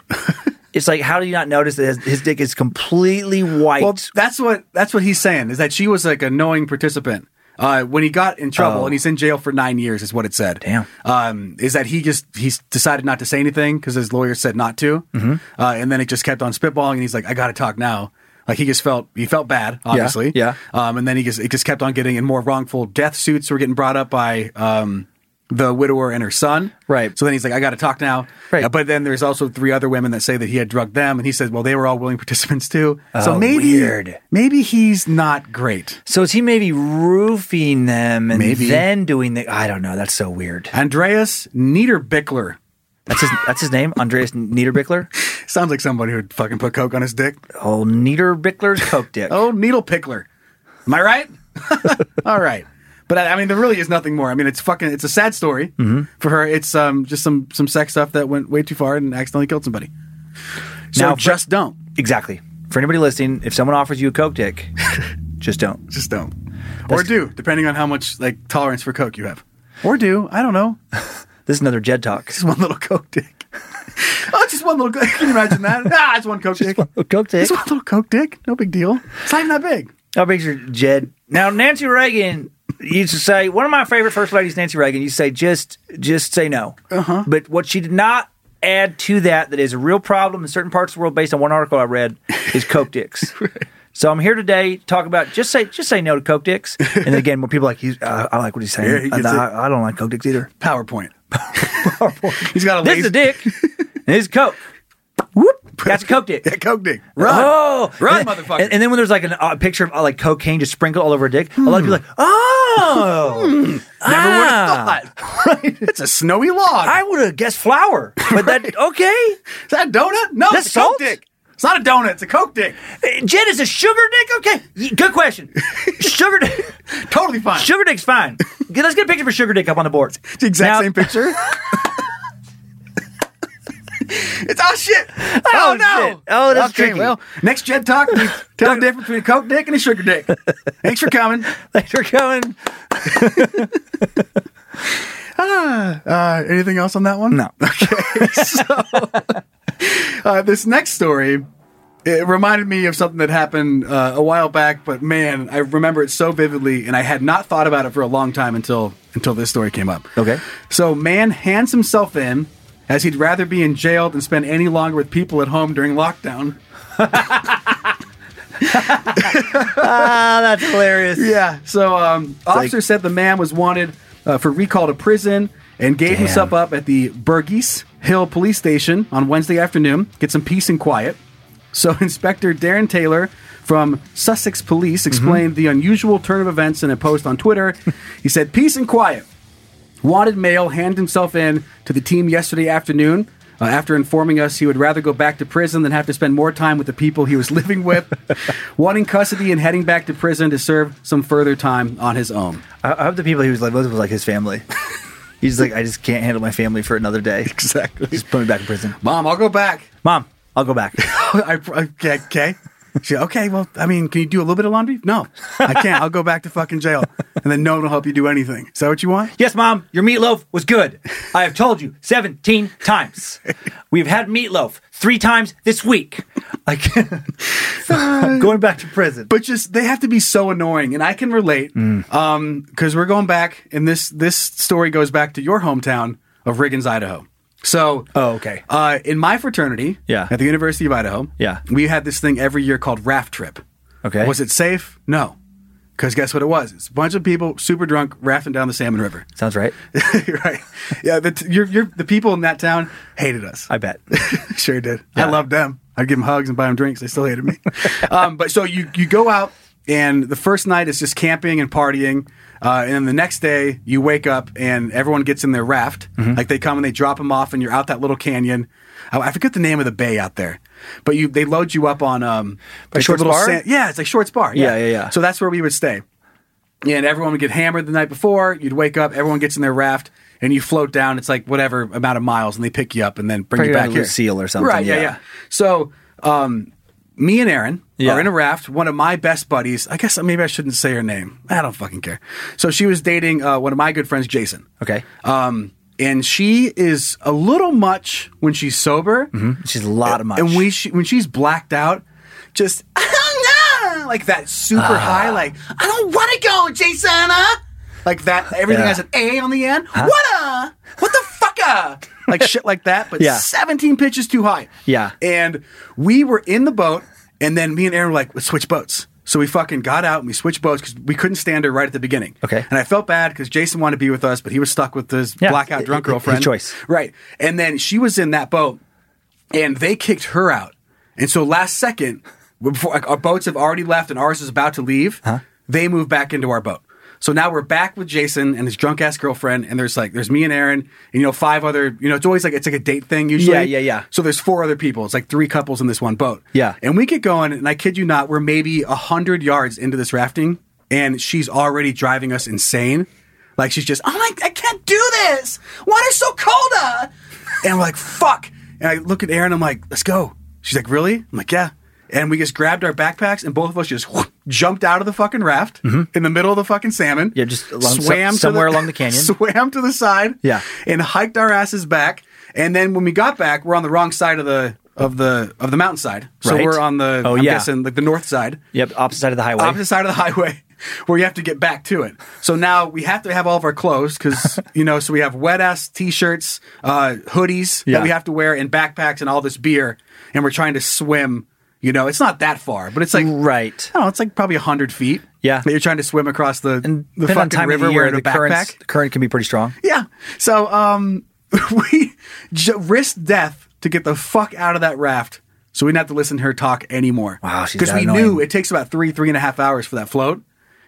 B: it's like how do you not notice that his, his dick is completely white?
C: Well, that's what that's what he's saying is that she was like a knowing participant. Uh, when he got in trouble and he's in jail for nine years, is what it said.
B: Oh. Damn.
C: Um, is that he just he's decided not to say anything because his lawyer said not to, mm-hmm. uh, and then it just kept on spitballing, and he's like, I got to talk now. Like he just felt he felt bad, obviously.
B: yeah.
C: Um, and then he just it just kept on getting in more wrongful death suits were getting brought up by um, the widower and her son.
B: Right.
C: So then he's like, I got to talk now.
B: Right.
C: Uh, but then there's also three other women that say that he had drugged them, and he said, well, they were all willing participants too. so
B: Oh,
C: maybe
B: weird.
C: maybe he's not great.
B: so is he maybe roofing them and
C: Maybe.
B: then doing the? I don't know. That's so weird.
C: Andreas Niederbickler
B: That's his. that's his name, Andreas Niederbickler.
C: sounds like somebody who'd fucking put coke on his dick.
B: Oh, Niederbickler's coke dick.
C: Oh, needle pickler. Am I right? [LAUGHS] All right. But I I mean, there really is nothing more. I mean, it's fucking. It's a sad story
B: Mm-hmm.
C: for her. It's um just some some sex stuff that went way too far and accidentally killed somebody. So
B: Now, for-
C: just don't,
B: Exactly. For anybody listening, if someone offers you a coke dick,
C: [LAUGHS]
B: just don't.
C: just don't, or do depending on how much like tolerance for coke you have, or do I don't know.
B: This is another Jed talk.
C: Just one little coke dick. [LAUGHS] oh, just one little. Can you imagine that? Ah, it's one coke dick.
B: Coke dick.
C: It's one little coke dick. No big deal. It's not even that big.
B: I picture Jed. Now, Nancy Reagan used to say, one of my favorite first ladies, Nancy Reagan, used to say, just, just say no. Uh-huh. But what she did not add to that, that is a real problem in certain parts of the world, based on one article I read, is coke dicks.
C: [LAUGHS]
B: So I'm here today to talk about just say just say no to coke dicks. And again, when people are like he's, uh, I like what he's saying.
C: Yeah, he gets
B: I,
C: it.
B: I- I don't like coke dicks either.
C: [LAUGHS] PowerPoint. He's got a
B: This is a
C: laser [LAUGHS]
B: dick. and this is coke. Whoop! That's a coke dick.
C: coke dick.
B: Oh,
E: Run,
B: and then,
E: motherfucker.
B: And, and then when there's like an- a picture of uh, like cocaine just sprinkled all over a dick, a lot of people are like, oh,
C: Hmm. Never
B: ah,
C: would have thought. It's a snowy log.
B: I would have guessed flour,
C: [LAUGHS]
B: but that okay.
C: is that a donut? No,
B: That's
C: it's a coke
B: salt?
C: dick. It's not a donut. It's a coke dick.
B: Uh, Jed is a sugar dick. Okay, Y- good question. Sugar dick.
C: Totally fine.
B: Sugar dick's fine. Okay, Let's get a picture for sugar dick up on the board.
C: It's the exact
B: Now-
C: same picture. [LAUGHS] it's oh shit. Oh,
B: Oh,
C: no.
B: shit. Oh, that's
C: okay,
B: tricky.
C: Well, next Jed talk,
B: [LAUGHS]
C: we tell the difference between a coke dick and a sugar dick. Thanks for coming.
B: [LAUGHS] Thanks for coming.
C: Uh, anything else on that one? [LAUGHS]
B: No.
C: Uh, this next story. It reminded me of something that happened uh, a while back, but man, I remember it so vividly, and I had not thought about it for a long time until until this story came up.
B: Okay.
C: So, man hands himself in as he'd rather be in jail than spend any longer with people at home during lockdown.
B: Ah, that's hilarious.
C: Yeah. So, um, officer said the man was wanted uh, for recall to prison and gave himself up at the Burgess Hill Police Station on Wednesday afternoon. Get some peace and quiet. So, [LAUGHS] Inspector Darren Taylor from Sussex Police explained the unusual turn of events in a post on Twitter. he said, "Peace and quiet." Wanted male handed himself in to the team yesterday afternoon uh, after informing us he would rather go back to prison than have to spend more time with the people he was living with, wanting custody and heading back to prison to serve some further time on his own.
B: I, I hope the people he was like with was like his family. He's like, I just can't handle my family for another day. Exactly. Just put me back in prison.
C: Mom, I'll go back.
B: Mom, I'll go back.
C: [LAUGHS] I, okay, okay. She, okay, well, I mean, can you do a little bit of laundry? No, I can't. I'll go back to fuccking jail. And then no one will help you do anything. Is that what you want?
B: yes, Mom, your meatloaf was good. I have told you 17 times.
C: [LAUGHS]
B: We've had meatloaf three times this week. I [LAUGHS] can't. I'm going back to prison.
C: but just they have to be so annoying and i can relate Um
B: Mm.
C: because we're going back and this this story goes back to your hometown of riggins idaho so
B: Oh, okay.
C: uh, in my fraternity
B: Yeah.
C: at the university of idaho
B: Yeah.
C: we had this thing every year called raft trip
B: Okay.
C: was it safe no because guess what it was it's a bunch of people super drunk rafting down the salmon river
B: Sounds right.
C: [LAUGHS] right yeah the, t- you're, you're, the people in that town hated us
B: I bet.
C: [LAUGHS] sure did.
B: Yeah.
C: I loved them. I'd give them hugs and buy them drinks. They still hated
B: [LAUGHS]
C: me. um, but so you you go out, and the first night is just camping and partying. Uh, and then the next day, you wake up and everyone gets in their raft.
B: Mm-hmm.
C: Like they come and they drop them off, and you're out that little canyon. I, I forget the name of the bay out there, but you they load you up on um, like the
B: Shorts Bar?
C: yeah, it's like Shorts Bar.
B: Yeah, yeah, yeah.
C: So that's where we would stay and everyone would get hammered the night before. You'd wake up, everyone gets in their raft, and you float down. It's like whatever amount of miles, and they pick you up and then bring
B: Probably
C: you back
B: down to
C: here.
B: Lucille or something,
C: Right? Yeah,
B: yeah.
C: yeah. So, um, me and Aaron
B: Yeah.
C: are in a raft. One of my best buddies. I guess maybe I shouldn't say her name. I don't fucking care. So she was dating uh, one of my good friends, Jason.
B: Okay.
C: Um, and she is a little much when she's sober.
B: She's a lot of money.
C: And when, she, when she's blacked out, just [LAUGHS] "Oh, like that super
B: Ah.
C: high, like I don't want to go, Jason. uh." Like that, everything
B: Yeah.
C: has an A on the end. What a what the fuck a like shit like that, but
B: Yeah.
C: seventeen pitches too high.
B: Yeah.
C: and we were in the boat, and then me and Aaron were like, let's switch boats. So we fucking got out and we switched boats because we couldn't stand her right at the beginning.
B: Okay.
C: and I felt bad because Jason wanted to be with us, but he was stuck with his
B: Yeah.
C: blackout drunk
B: His
C: girlfriend.
B: choice.
C: right? And then she was in that boat and they kicked her out. And so last second, before like, our boats have already left and ours is about to leave, they move back into our boat. So now we're back with Jason and his drunk ass girlfriend, and there's like there's me and Aaron, and you know five other, you know it's always like it's like a date thing usually.
B: Yeah, yeah, yeah.
C: So there's four other people. It's like three couples in this one boat.
B: Yeah.
C: and we get going, and I kid you not, we're maybe a hundred yards into this rafting, and she's already driving us insane. Like she's just, oh my, I can't do this. Water's so cold. uh." And we're like, fuck. And I look at Aaron. I'm like, let's go. She's like, really? I'm like, yeah. And we just grabbed our backpacks and both of us just [LAUGHS] whoop, jumped out of the fucking raft in the middle of the fucking salmon.
B: Mm-hmm. Yeah, just along- so-
C: swam to
B: somewhere along
C: [LAUGHS]
B: the canyon.
C: Swam to the side.
B: Yeah.
C: And hiked our asses back. And then when we got back, we're on the wrong side of the of the of the mountainside. So
B: Right.
C: we're on the
B: Oh,
C: I'm
B: yeah.
C: guessing like the north side.
B: Yep, opposite side of the highway.
C: opposite side of the highway [LAUGHS] where you have to get back to it. So now we have to have all of our clothes
B: [LAUGHS]
C: because, you know, so we have wet ass t shirts, uh, hoodies
B: Yeah.
C: that we have to wear, and backpacks and all this beer. And we're trying to swim. You know, it's not that far, but it's like,
B: Right.
C: I don't know, it's like probably 100 feet.
B: Yeah.
C: That you're trying to swim across the,
B: And
C: the
B: depending on
C: fucking
B: time
C: river
B: of the year,
C: wearing a
B: the
C: backpack.
B: current, current can be pretty strong.
C: Yeah. So um, [LAUGHS] we j- risked death to get the fuck out of that raft so we didn't have to listen to her talk anymore.
B: Wow, she's
C: Because
B: that
C: we
B: annoying.
C: knew it takes about three, three and a half hours for that float.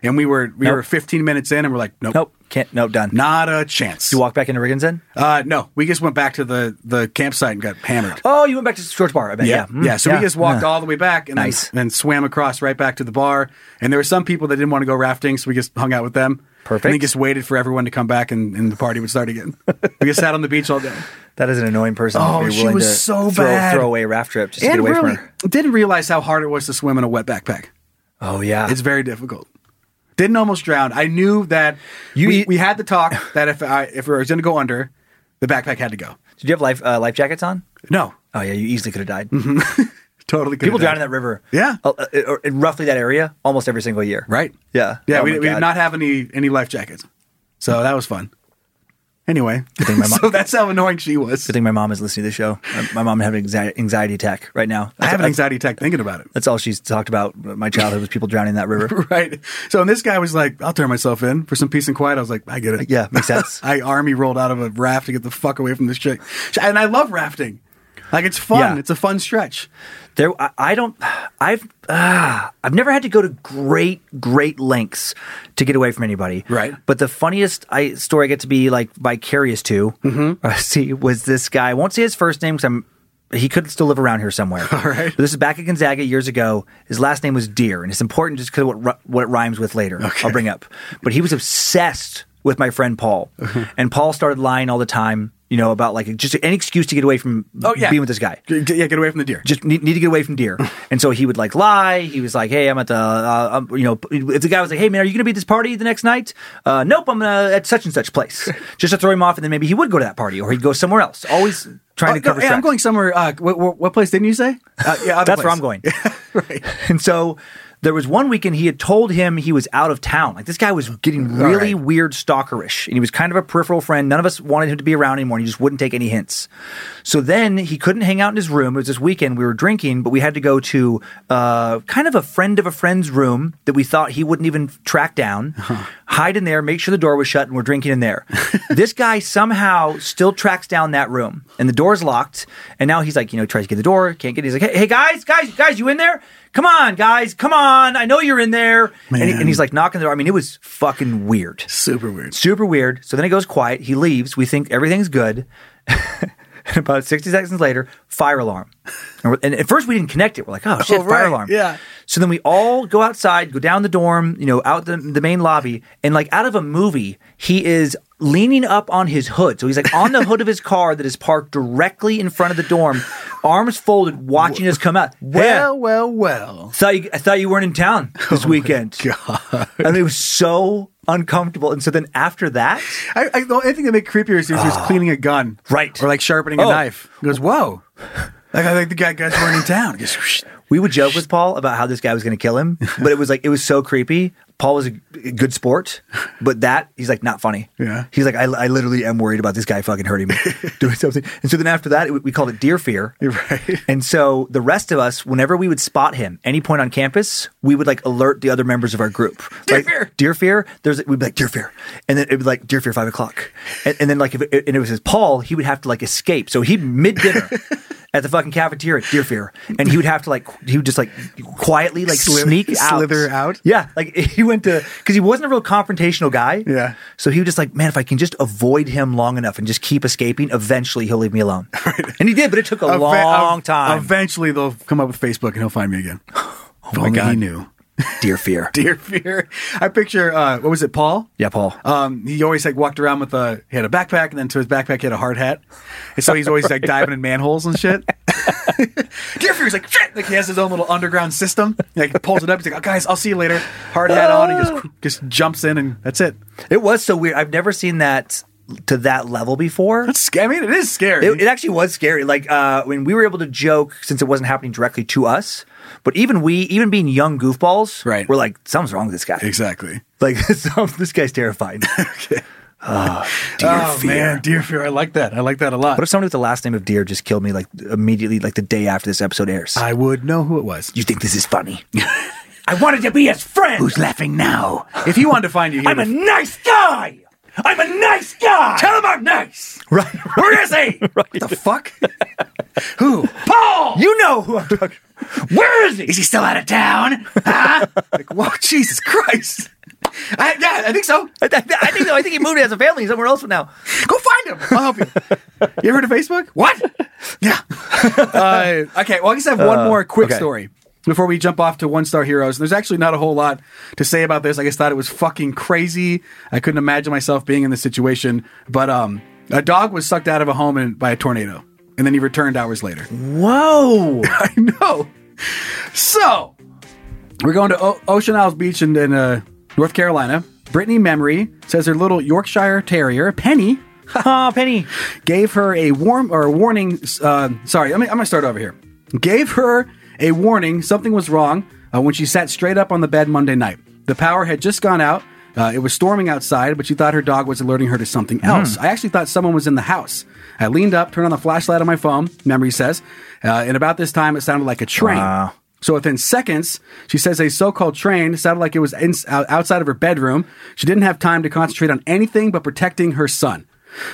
C: And we were we
B: Nope.
C: were 15 minutes in and we're like, nope,
B: Nope, can't. Nope, done.
C: not a chance.
B: You walk back into Riggins then?
C: uh, no, we just went back to the, the campsite and got hammered.
B: Oh, you went back to George Bar. I bet. Yeah.
C: Yeah.
B: Mm,
C: So we just walked
B: Yeah.
C: all the way back and then-
B: Nice.
C: then, swam across right back to the bar. And there were some people that didn't want to go rafting, so we just hung out with them.
B: Perfect.
C: And we just waited for everyone to come back and, and the party would start again. [LAUGHS] we just sat on the beach all day.
B: That is an annoying person.
C: Oh,
B: to be
C: she
B: willing
C: was
B: to
C: so
B: throw,
C: bad.
B: Throw away a raft trip just to get
C: and
B: away
C: really
B: from her.
C: didn't realize how hard it was to swim in a wet backpack.
B: Oh yeah.
C: It's very difficult. Didn't almost drown. I knew that
B: You
C: we,
B: eat-
C: we had the talk that if I if I was going to go under, the backpack had to go.
B: Did you have life uh, life jackets on?
C: No,
B: Oh yeah, you easily could have died.
C: totally. Mm-hmm. could've
B: People
C: died.
B: drown in that river.
C: Yeah.
B: Uh, uh, or in roughly that area almost every single year.
C: Right.
B: Yeah.
C: Yeah.
B: Oh
C: we,
B: my
C: we did
B: God.
C: not have any any life jackets, so that was fun. Anyway, [LAUGHS]
B: thing my mom-
C: so that's how annoying she was.
B: Good thing my mom is listening to the show. Uh, My mom had an anxi- anxiety attack right now.
C: I have an
B: That's-
C: anxiety attack thinking about it.
B: That's all she's talked about. My childhood was people drowning in that
C: [LAUGHS]
B: river.
C: Right. So and this guy was like, "I'll turn myself in for some peace and quiet." I was like, "I get it."
B: Yeah,
C: [LAUGHS]
B: makes sense.
C: I army rolled out of a raft to get the fuck away from this chick. And I love rafting. Like it's fun.
B: Yeah.
C: It's a fun stretch.
B: There, I, I don't. I've ah, I've never had to go to great, great lengths to get away from anybody.
C: Right.
B: But the funniest I, story I get to be like vicarious to uh, [LAUGHS] see was this guy. I won't say his first name because I'm. He could still live around here somewhere. [LAUGHS] All right. But this is back at Gonzaga years ago. His last name was Deer, and it's important just because what ri- what it rhymes with later. I'll bring up. But he was obsessed with my friend Paul, and Paul started lying all the time. You know about like just any excuse to get away from being with this guy
C: G- g- yeah, get away from the deer.
B: just need, need to get away from
C: [LAUGHS]
B: deer. and so he would like lie. He was like, "Hey, I'm at the, uh, um, you know, if the guy was like, "Hey, man, are you going to be at this party the next night?" Uh, nope, I'm uh, at such and
C: [LAUGHS]
B: such place, just to throw him off, and then maybe he would go to that party or he'd go somewhere else. Always trying
C: Oh,
B: to
C: no,
B: cover.
C: hey, I'm
B: tracks.
C: going somewhere. Uh, what, what, what place didn't you say? Uh, yeah, other
B: That's where
C: place.
B: I'm
C: [LAUGHS]
B: going. [LAUGHS] And so there was one weekend he had told him he was out of town. Like this guy was getting really weird stalkerish and he was kind of a peripheral friend. None of us wanted him to be around anymore and he just wouldn't take any hints. So then he couldn't hang out in his room. It was this weekend we were drinking, but we had to go to uh, kind of a friend of a friend's room that we thought he wouldn't even track down, hide in there, make sure the door was shut and we're drinking in there. this guy somehow still tracks down that room and the door's locked. And now he's like, you know, he tries to get the door, can't get it. He's like, hey, hey guys, guys, guys, you in there? Come on, guys, come on. I know you're in there. And, he- and he's like knocking the door. I mean, it was fucking weird.
C: Super weird.
B: Super weird. So then it goes quiet. He leaves. We think everything's good. [LAUGHS] and about 60 seconds later, fire alarm. And, we're- and at first we didn't connect it. We're like, oh shit,
C: Oh,
B: fire
C: right.
B: alarm.
C: Yeah.
B: So then we all go outside, go down the dorm, you know, out the, the main lobby, and like out of a movie, he is leaning up on his hood. So he's like on the hood of his car that is parked directly in front of the dorm, arms folded, watching us come out. Yeah.
C: Well, well, well.
B: Thought you, I thought you weren't
C: [LAUGHS]
B: in town
C: Oh
B: this weekend. And it was so uncomfortable. And so then after that,
C: I, I, the only thing that made it creepier is he was cleaning a gun,
B: Ah. Right.
C: or like sharpening a
B: Oh.
C: knife. He goes, "Whoa!" Like I think the guy guys weren't in town. He goes, "Whoosh."
B: we would joke with Paul about how this guy was going to kill
C: [LAUGHS]
B: him, but it was like, it was so creepy. Paul was a g- good sport, but that, he's like, not funny.
C: Yeah.
B: He's like, I, I literally am worried about this guy fucking
C: [LAUGHS]
B: hurting me, doing something. And so then after that, it, we called it deer fear.
C: right.
B: And so the rest of us, whenever we would spot him any point on campus, we would like alert the other members of our group. Deer like, fear. Deer fear. There's we'd be like deer fear, and then it'd be like deer fear five o'clock, and, and then like if it, and it was his Paul, he would have to like escape. So he
C: [LAUGHS]
B: mid dinner. At the fucking cafeteria, deer fear, and he would have to like he would just like quietly like
C: Slither-
B: sneak out,
C: slither out?
B: Yeah, like [LAUGHS] he went to because he wasn't a real confrontational guy.
C: Yeah.
B: so he was just like, man, if I can just avoid him long enough and just keep escaping, eventually he'll leave
C: [LAUGHS]
B: me alone. And he did, but it took a
C: Eve-
B: long
C: ev-
B: time.
C: Eventually, they'll come up with Facebook and he'll find me
B: [LAUGHS]
C: again. Oh my
B: God.
C: He knew. [LAUGHS]
B: Dear fear.
C: Dear fear. I picture uh, what was it, Paul?
B: Yeah, Paul.
C: Um, he always like walked around with a he had a backpack, and then to his backpack he had a hard hat, and so he's always
B: [LAUGHS]
C: like diving in manholes and shit. Dear fear's like shit. Like he has his own little underground system. Like he pulls it up. He's like, oh, guys, I'll see you
B: [GASPS]
C: later. Hard hat on. He just just jumps in, and that's it.
B: It was so weird. I've never seen that to that level before.
C: That's sc- I mean, it is scary.
B: It, it actually was scary. Like uh, when we were able to joke, since it wasn't happening directly to us, but even we, even being young goofballs,
C: Right.
B: we're like, something's wrong with this guy.
C: exactly.
B: Like [LAUGHS] some- this
C: [LAUGHS]
B: guy's terrifying. Ah,
F: Dear
C: oh
F: fear.
C: man, dear fear. I like that. I like that a lot.
B: What if somebody with the last name of Deer just killed me like immediately, like the day after this episode airs?
C: I would know who it was.
B: you think this
C: [LAUGHS]
B: is funny? I wanted to be his friend.
C: Who's laughing now? If he wanted to find you, he
B: I'm a
C: would've-
B: nice guy. I'm a nice guy.
C: tell him I'm nice.
B: [LAUGHS] Right,
C: Where is he? What the
B: [LAUGHS]
C: fuck? who? Paul.
B: You know who I'm talking. Where is he?
C: Is he still out of town? Huh? [LAUGHS] like, whoa, Jesus Christ. I, yeah, I think so.
B: I, I- I think I think he moved as a family somewhere else now.
C: Go find him. I'll help you. You ever heard of Facebook? What? Yeah. uh, okay. Well, I guess I have one more quick
B: okay.
C: story before we jump off to one star heroes. There's actually not a whole lot to say about this. I just thought it was fucking crazy. I couldn't imagine myself being in this situation. But um, a dog was sucked out of a home and, by a tornado, and then he returned hours later.
B: [LAUGHS] Whoa!
C: [LAUGHS] I know. So, we're going to o- Ocean Isles Beach in, in uh, North Carolina. Brittany Memory says her little Yorkshire Terrier, Penny,
B: oh, Penny.
C: gave her a warm or a warning. Uh, sorry, let me, I'm going to start over here. Gave her a warning something was wrong uh, when she sat straight up on the bed Monday night. The power had just gone out. Uh, it was storming outside, but she thought her dog was alerting her to something else. I actually thought someone was in the house. I leaned up, turned on the flashlight on my phone, memory says, uh, and about this time it sounded like a train. So within seconds, she says a so-called train sounded like it was in, out- outside of her bedroom. She didn't have time to concentrate on anything but protecting her son.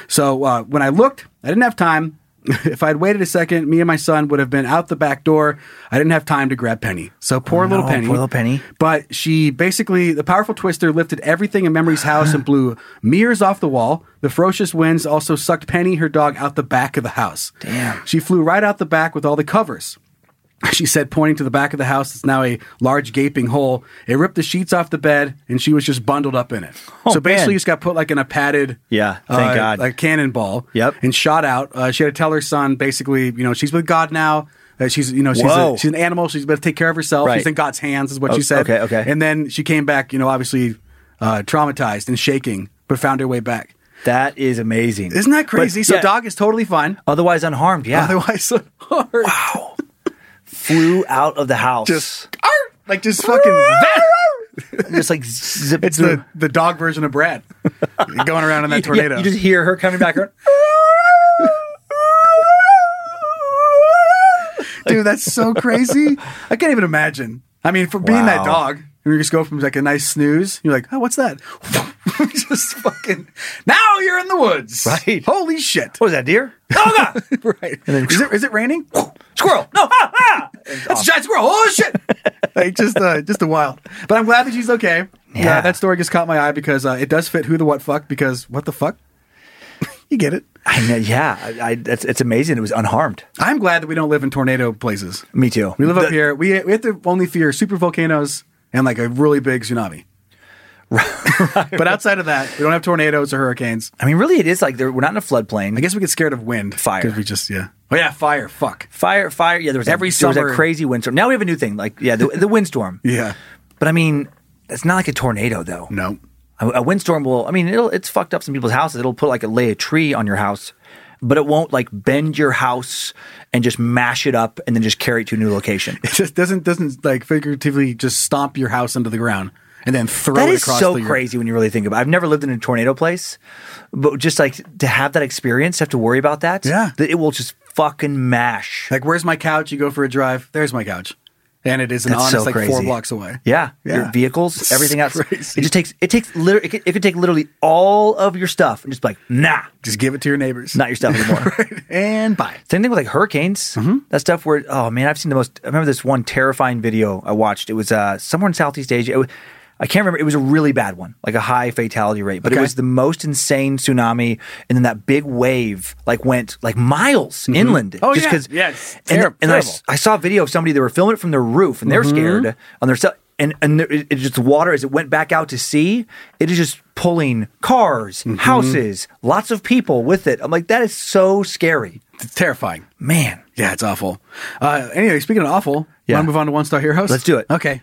C: So uh, when I looked, I didn't have time. [LAUGHS] if I'd waited a second, me and my son would have been out the back door. I didn't have time to grab Penny. So poor little Penny.
B: Oh, poor little Penny.
C: But she basically, the powerful twister lifted everything in Memory's house and blew [GASPS] mirrors off the wall. The ferocious winds also sucked Penny, her dog, out the back of the house.
B: Damn.
C: She flew right out the back with all the covers. [LAUGHS] She said, pointing to the back of the house that's now a large gaping hole. It ripped the sheets off the bed, and she was just bundled up in it.
B: Oh,
C: so basically,
B: man.
C: just got put like in a padded,
B: Yeah, thank
C: uh,
B: God.
C: like cannonball.
B: Yep.
C: and shot out. Uh, she had to tell her son, basically, you know, she's with God now. That she's, you know, she's, a,
B: Whoa.
C: she's an animal. She's better take care of herself.
B: Right.
C: She's in God's hands, is what
B: Oh,
C: she said.
B: okay, okay.
C: And then she came back, you know, obviously uh, traumatized and shaking, but found her way back.
B: That is amazing.
C: Isn't that
B: But,
C: crazy? so
B: yeah, Ah.
C: dog is totally fine.
B: otherwise unharmed. Yeah,
C: Otherwise, [LAUGHS] so hard. Wow.
B: flew out of the house.
C: Just like just fucking.
B: [LAUGHS] just like
C: [LAUGHS]
B: zip
C: It's the, the dog version of Brad [LAUGHS] going around
B: [LAUGHS]
C: in that tornado.
B: you just hear her coming
C: [LAUGHS]
B: back. around.
C: [LAUGHS] Dude, that's so
B: [LAUGHS]
C: crazy. I can't even imagine. I mean, for being that
B: Wow.
C: dog, and you just go from like a nice snooze, you're like, oh, what's that? [LAUGHS] just fucking, now you're in the woods.
B: Right.
C: Holy shit.
B: [LAUGHS] What was that, deer? Oh god!
C: right. is, it, is it raining?
B: Squirrel! No! Ah, ah!
C: That's a giant squirrel. Oh shit!
B: [LAUGHS]
C: like just uh, just a wild. But I'm glad that she's okay. Yeah,
B: Yeah.
C: that story just caught my eye because uh, it does fit who the what fuck because what the fuck? [LAUGHS] you get it.
B: I know, yeah, I, I, it's, it's amazing. It was unharmed.
C: I'm glad that we don't live in tornado places.
B: Me too.
C: We live up
B: The-
C: here. We we have to only fear super volcanoes and like a really big
B: [LAUGHS]
C: tsunami. but outside of that, we don't have tornadoes or hurricanes.
B: I mean, really, it is like there- we're not in a floodplain.
C: I guess we get scared of wind,
B: Fire.
C: 'cause We just yeah. Oh yeah, fire. Fuck.
B: Fire, fire. Yeah, there was
C: Every
B: a, there was
C: summer-
B: a crazy windstorm. Now we have a new thing, like [LAUGHS] yeah, the, the windstorm.
C: Yeah.
B: But I mean, it's not like a tornado though.
C: No.
B: A, a windstorm will. I mean, it'll it's fucked up some people's houses. It'll put like a lay a tree on your house, but it won't like bend your house and just mash it up and then just carry it to a new location.
C: It just doesn't doesn't like figuratively just stomp your house into the ground and then throw
B: That
C: it
B: is
C: across
B: so
C: the
B: crazy when you really think about it. I've never lived in a tornado place, but just like to have that experience, have to worry about that.
C: Yeah.
B: That it will just fucking mash.
C: Like, where's my couch? You go for a drive. There's my couch, and it is an
B: That's
C: honest
B: so
C: like
B: crazy.
C: four blocks away.
B: Yeah.
C: Yeah.
B: Your vehicles, everything else.
C: crazy.
B: It just takes, it takes literally, it could, it could take literally all of your stuff and just be like, nah,
C: Just give it to your neighbors.
B: not your stuff
C: [LAUGHS]
B: anymore.
C: and bye.
B: Same thing with like hurricanes.
C: Mm-hmm.
B: That stuff where oh man, I've seen the most. I remember this one terrifying video I watched. It was uh, somewhere in Southeast Asia. It was, I can't remember. It was a really bad one, like a high fatality rate. But
C: Okay.
B: it was the most insane tsunami, and then that big wave like went like miles inland.
C: Oh,
B: just
C: yeah.
B: 'cause-
C: Yeah, it's
B: and
C: terri-
B: and I,
C: terrible. Mm-hmm.
B: s- I saw a video of somebody they were filming it from their roof, and they're scared on their cell. And and there, it, it just water as it went back out to sea. It is just pulling cars,
C: Mm-hmm.
B: houses, lots of people with it. I'm like, that is so scary,
C: It's terrifying.
B: man.
C: Yeah, it's awful. Uh, anyway, speaking of awful,
B: Yeah.
C: want to move on to one star heroes?
B: Let's do it.
C: Okay.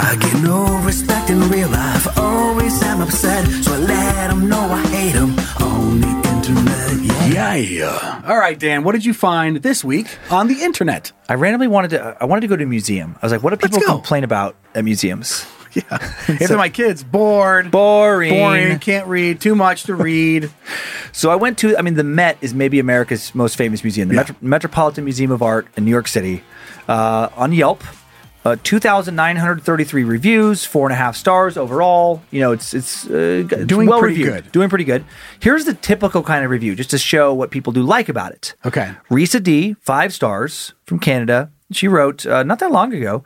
G: I get no respect in real life, always am upset, so I let them know I hate them on the internet.
C: Yeah. yeah. All right, Dan, what did you find this week on the
B: [LAUGHS]
C: internet?
B: I randomly wanted to. I wanted to go to a museum. I was like, what do people complain about at museums?
C: Yeah. if they're my kids, bored,
B: Boring.
C: boring, can't read, too much to
B: [LAUGHS]
C: read.
B: So I went to. I mean, the Met is maybe America's most famous museum, the
C: Yeah.
B: Metro- Metropolitan Museum of Art in New York City, uh, on Yelp. Uh, 2,933 reviews, four and a half stars overall. You know, it's it's, uh, g- it's
C: Doing
B: well
C: pretty
B: reviewed,
C: good.
B: doing pretty good. Here's the typical kind of review, just to show what people do like about it.
C: Okay.
B: Risa D, five stars from Canada. She wrote uh, not that long ago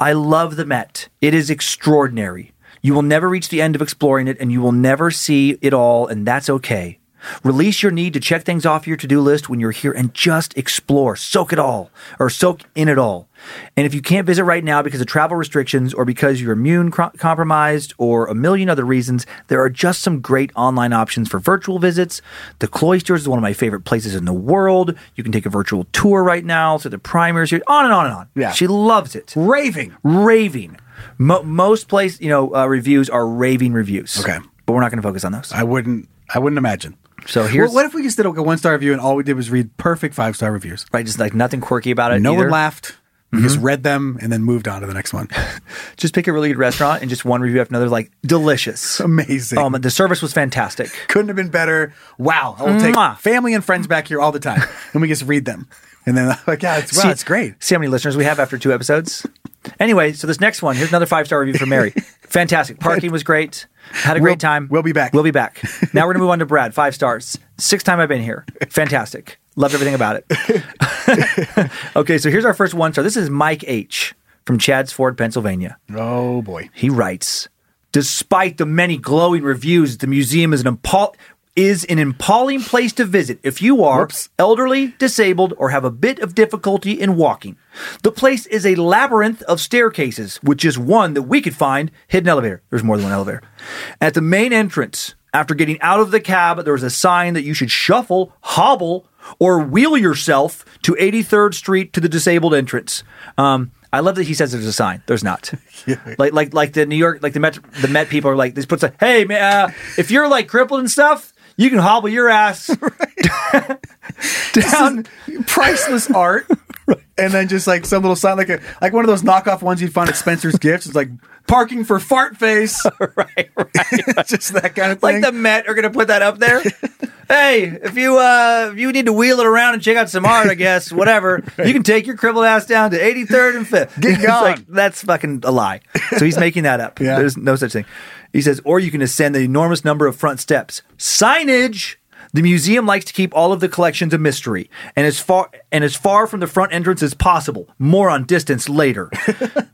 B: I love the Met. It is extraordinary. You will never reach the end of exploring it, and you will never see it all, and that's okay. Release your need to check things off your to do list when you're here and just explore, soak it all, or soak in it all. And if you can't visit right now because of travel restrictions or because you're immune cro- compromised or a million other reasons, there are just some great online options for virtual visits. The Cloisters is one of my favorite places in the world. You can take a virtual tour right now. So the primers, here- on and on and on.
C: Yeah.
B: She loves it.
C: Raving.
B: Raving. Mo- most place, you know, uh, reviews are raving reviews.
C: Okay.
B: But we're not going to focus on those.
C: I wouldn't. I wouldn't imagine.
B: So here's
C: What- what if we just did a one star review and all we did was read perfect five star reviews?
B: right, just like nothing quirky about it.
C: No
B: Uh, either. Mm-hmm.
C: one laughed. We just read them and then moved on to the next one. [LAUGHS]
B: Just pick a really good restaurant and just one review after another, like delicious.
C: Amazing.
B: Um, the service was fantastic.
C: Couldn't have been better. Wow. I will take
B: Mwah.
C: family and friends back here all the
B: [LAUGHS]
C: time. and we just read them. And then, [LAUGHS] like, yeah, it's, wow,
B: See-
C: it's great.
B: See how many listeners we have after two episodes. Anyway, so this next one, here's another five star review
C: [LAUGHS]
B: from Mary. Fantastic. Parking was great. Had a great
C: We'll-
B: time.
C: we'll be back.
B: We'll
C: [LAUGHS]
B: be back. Now we're going to move on to Brad. Five stars. Sixth time I've been here. Fantastic. Loved everything about it.
C: [LAUGHS]
B: [LAUGHS] okay, so here's our first one star. This is Mike H. from Chad's Ford, Pennsylvania.
C: Oh, [LAUGHS] boy.
B: He writes, despite the many glowing reviews, the museum is an impal- is an appalling place to visit if you are
C: Whoops.
B: elderly, disabled, or have a bit of difficulty in walking. The place is a labyrinth of staircases, which is one that we could find hidden elevator. There's more than one elevator. At the main entrance, after getting out of the cab, there is a sign that you should shuffle, hobble, or wheel yourself to 83rd Street to the disabled entrance. Um, I love that he says there's a sign. There's not. [LAUGHS] Like like like the New York like the Met the Met people are like this puts a hey man uh, if you're like crippled and stuff you can hobble
C: [LAUGHS]
B: your ass down
C: Priceless art. [LAUGHS] And then just like some little sign, like a like one of those knockoff ones you'd find at
B: [LAUGHS]
C: Spencer's Gifts. It's like parking for fart face.
B: right right
C: [LAUGHS] just that kind of
B: Oh, like
C: thing.
B: the Met are gonna put that
C: [LAUGHS]
B: up there. hey, if you uh if you need to wheel it around and check out some art, I guess
C: [LAUGHS]
B: whatever you can take your crippled ass down to 83rd and 5th.
C: Get
B: [LAUGHS] It's
C: gone.
B: like, that's fucking a lie. So he's making that up.
C: Yeah.
B: There's no such thing. He says, or you can ascend the enormous number of front steps. Signage. The museum likes to keep all of the collections a mystery, and as far and as far from the front entrance as possible. More on distance later. [LAUGHS]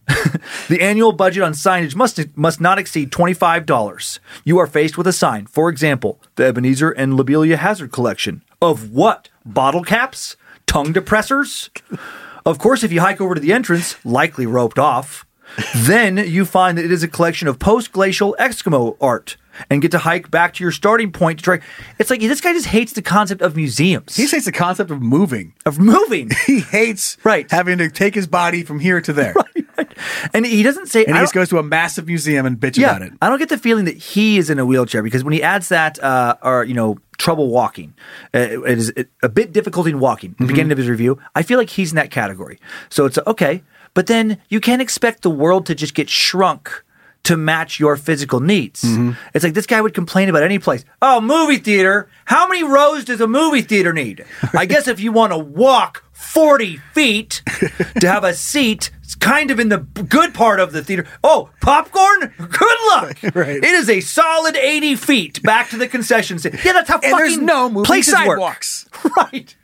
B: The annual budget on signage must must not exceed $25. You are faced with a sign, for example, the Ebenezer and Lobelia Hazard collection. Of what? Bottle caps? tongue depressors. Of course, if you hike over to the entrance, likely roped off, then you find that it is a collection of post glacial Eskimo art and get to hike back to your starting point to try. It's like this guy just hates the concept of museums.
C: He hates the concept of moving. [LAUGHS]
B: Of moving.
C: He hates
B: right.
C: having to take his body from here to
B: [LAUGHS]
C: there.
B: And he doesn't say.
C: And he
B: I don't-
C: just goes to a massive museum and bitch about it.
B: I don't get the feeling that he is in a wheelchair because when he adds that, uh, or you know, trouble walking, uh, it is a bit difficult in walking. at The
C: Mhm.
B: beginning of his review, I feel like he's in that category. So it's okay, but then you can't expect the world to just get shrunk to match your physical needs.
C: Mm-hmm.
B: It's like this guy would complain about any place. Oh, movie theater. How many rows does a movie
C: [LAUGHS]
B: theater need? I guess if you want to walk 40 feet to have a seat, it's kind of in the b- good part of the theater. Oh, popcorn? Good
C: [LAUGHS]
B: luck. right. It is a solid 80 feet back to the concession stand. Yeah, that's how
C: And there's
B: fucking
C: no moving
B: places
C: sidewalks.
B: work. [LAUGHS] Right.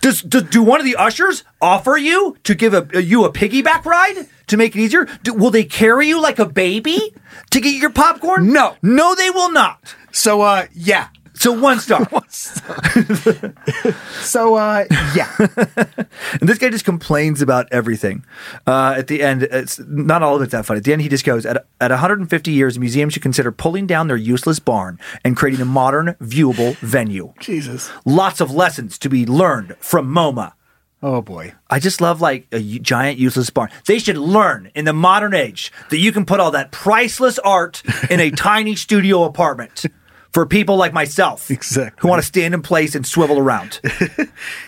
B: Does, do, do one of the ushers offer you to give a, you a piggyback ride to make it easier? Do, will they carry you like a baby to get your popcorn?
C: No,
B: no, they will not.
C: So, uh, yeah.
B: So
C: [LAUGHS]
B: one star.
C: So, uh, [LAUGHS] yeah.
B: [LAUGHS] And this guy just complains about everything. Uh, at the end, it's not all of it's that funny. At the end, he just goes, at, at 150 years, museums should consider pulling down their useless barn and creating a modern, viewable venue.
C: Jesus.
B: Lots of lessons to be learned from MoMA.
C: Oh, boy.
B: I just love like a u- giant useless barn. They should learn in the modern age that you can put all that priceless art in a tiny studio apartment for people like myself
C: Exactly.
B: who want to stand in place and swivel around. [LAUGHS]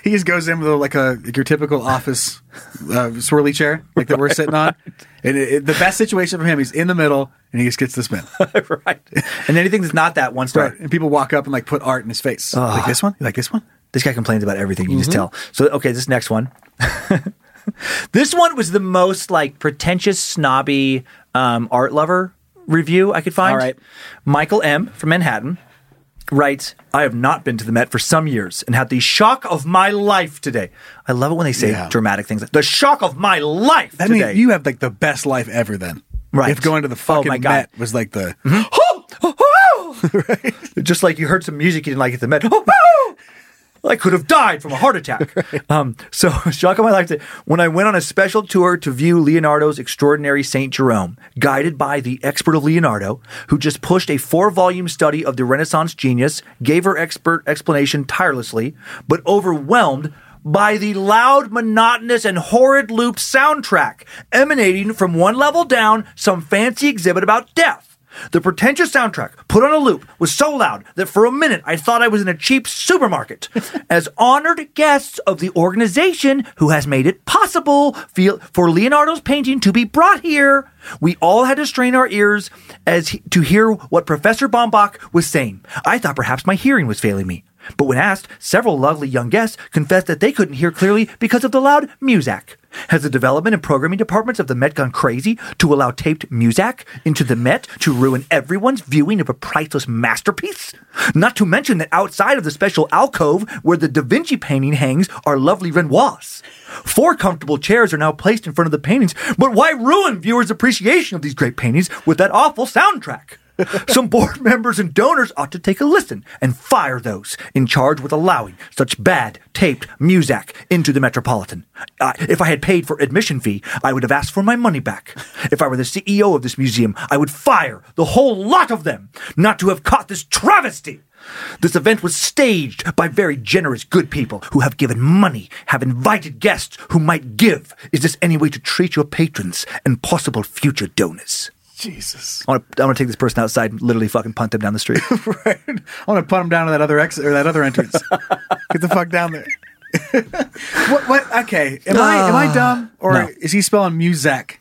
C: He just goes in with a, like a like your typical office uh, swirly chair, like that [LAUGHS] we're sitting on. And it, it- the best situation for him, he's in the middle, and he just gets the [LAUGHS] spin.
B: right. And anything that's not that one star.
C: And people walk up and like put art in his face, like this one, like this one.
B: This guy complains about everything. You just
C: Mhm.
B: tell. So okay, this next one. [LAUGHS] this one was the most like pretentious, snobby um, art lover review I could find. All right. Michael M from Manhattan writes, "I have not been to the Met for some years and had the shock of my life today. I love it when they say
C: Yeah.
B: dramatic things. like, The shock of my life
C: That
B: today.
C: means you have like the best life ever. Then,
B: Right.
C: If going to the fucking
B: my God.
C: Met was like the
B: Just like you heard some music you didn't like at the Met. [LAUGHS] I could have died from a heart attack. um, so, [LAUGHS] shock of my life, that when I went on a special tour to view Leonardo's extraordinary St. Jerome, guided by the expert of Leonardo, who just pushed a four volume study of the Renaissance genius, gave her expert explanation tirelessly, but overwhelmed by the loud, monotonous, and horrid looped soundtrack emanating from one level down some fancy exhibit about death. The pretentious soundtrack, put on a loop, was so loud that for a minute I thought I was in a cheap supermarket. As honored guests of the organization who has made it possible feel- for Leonardo's painting to be brought here, we all had to strain our ears as he- to hear what Professor Bombach was saying. I thought perhaps my hearing was failing me. But when asked, several lovely young guests confessed that they couldn't hear clearly because of the loud muzak. Has the development and programming departments of the Met gone crazy to allow taped muzak into the Met to ruin everyone's viewing of a priceless masterpiece? Not to mention that outside of the special alcove where the Da Vinci painting hangs are lovely Renoirs. Four comfortable chairs are now placed in front of the paintings, but why ruin viewers' appreciation of these great paintings with that awful soundtrack? [LAUGHS] Some board members and donors ought to take a listen and fire those in charge with allowing such bad taped muzak into the Metropolitan. Uh, if I had paid for admission fee, I would have asked for my money back. If I were the CEO of this museum, I would fire the whole lot of them not to have caught this travesty. This event was staged by very generous good people who have given money, have invited guests who might give. Is this any way to treat your patrons and possible future donors?
C: Jesus.
B: I want to I want to take this person outside and literally fucking punt them down
C: [LAUGHS]
B: the street.
C: I want to put him down to that other exit or that other [LAUGHS] entrance. Get the fuck down there. [LAUGHS] what? What? Okay. Am I am I dumb or
B: No.
C: is he spelling muzak?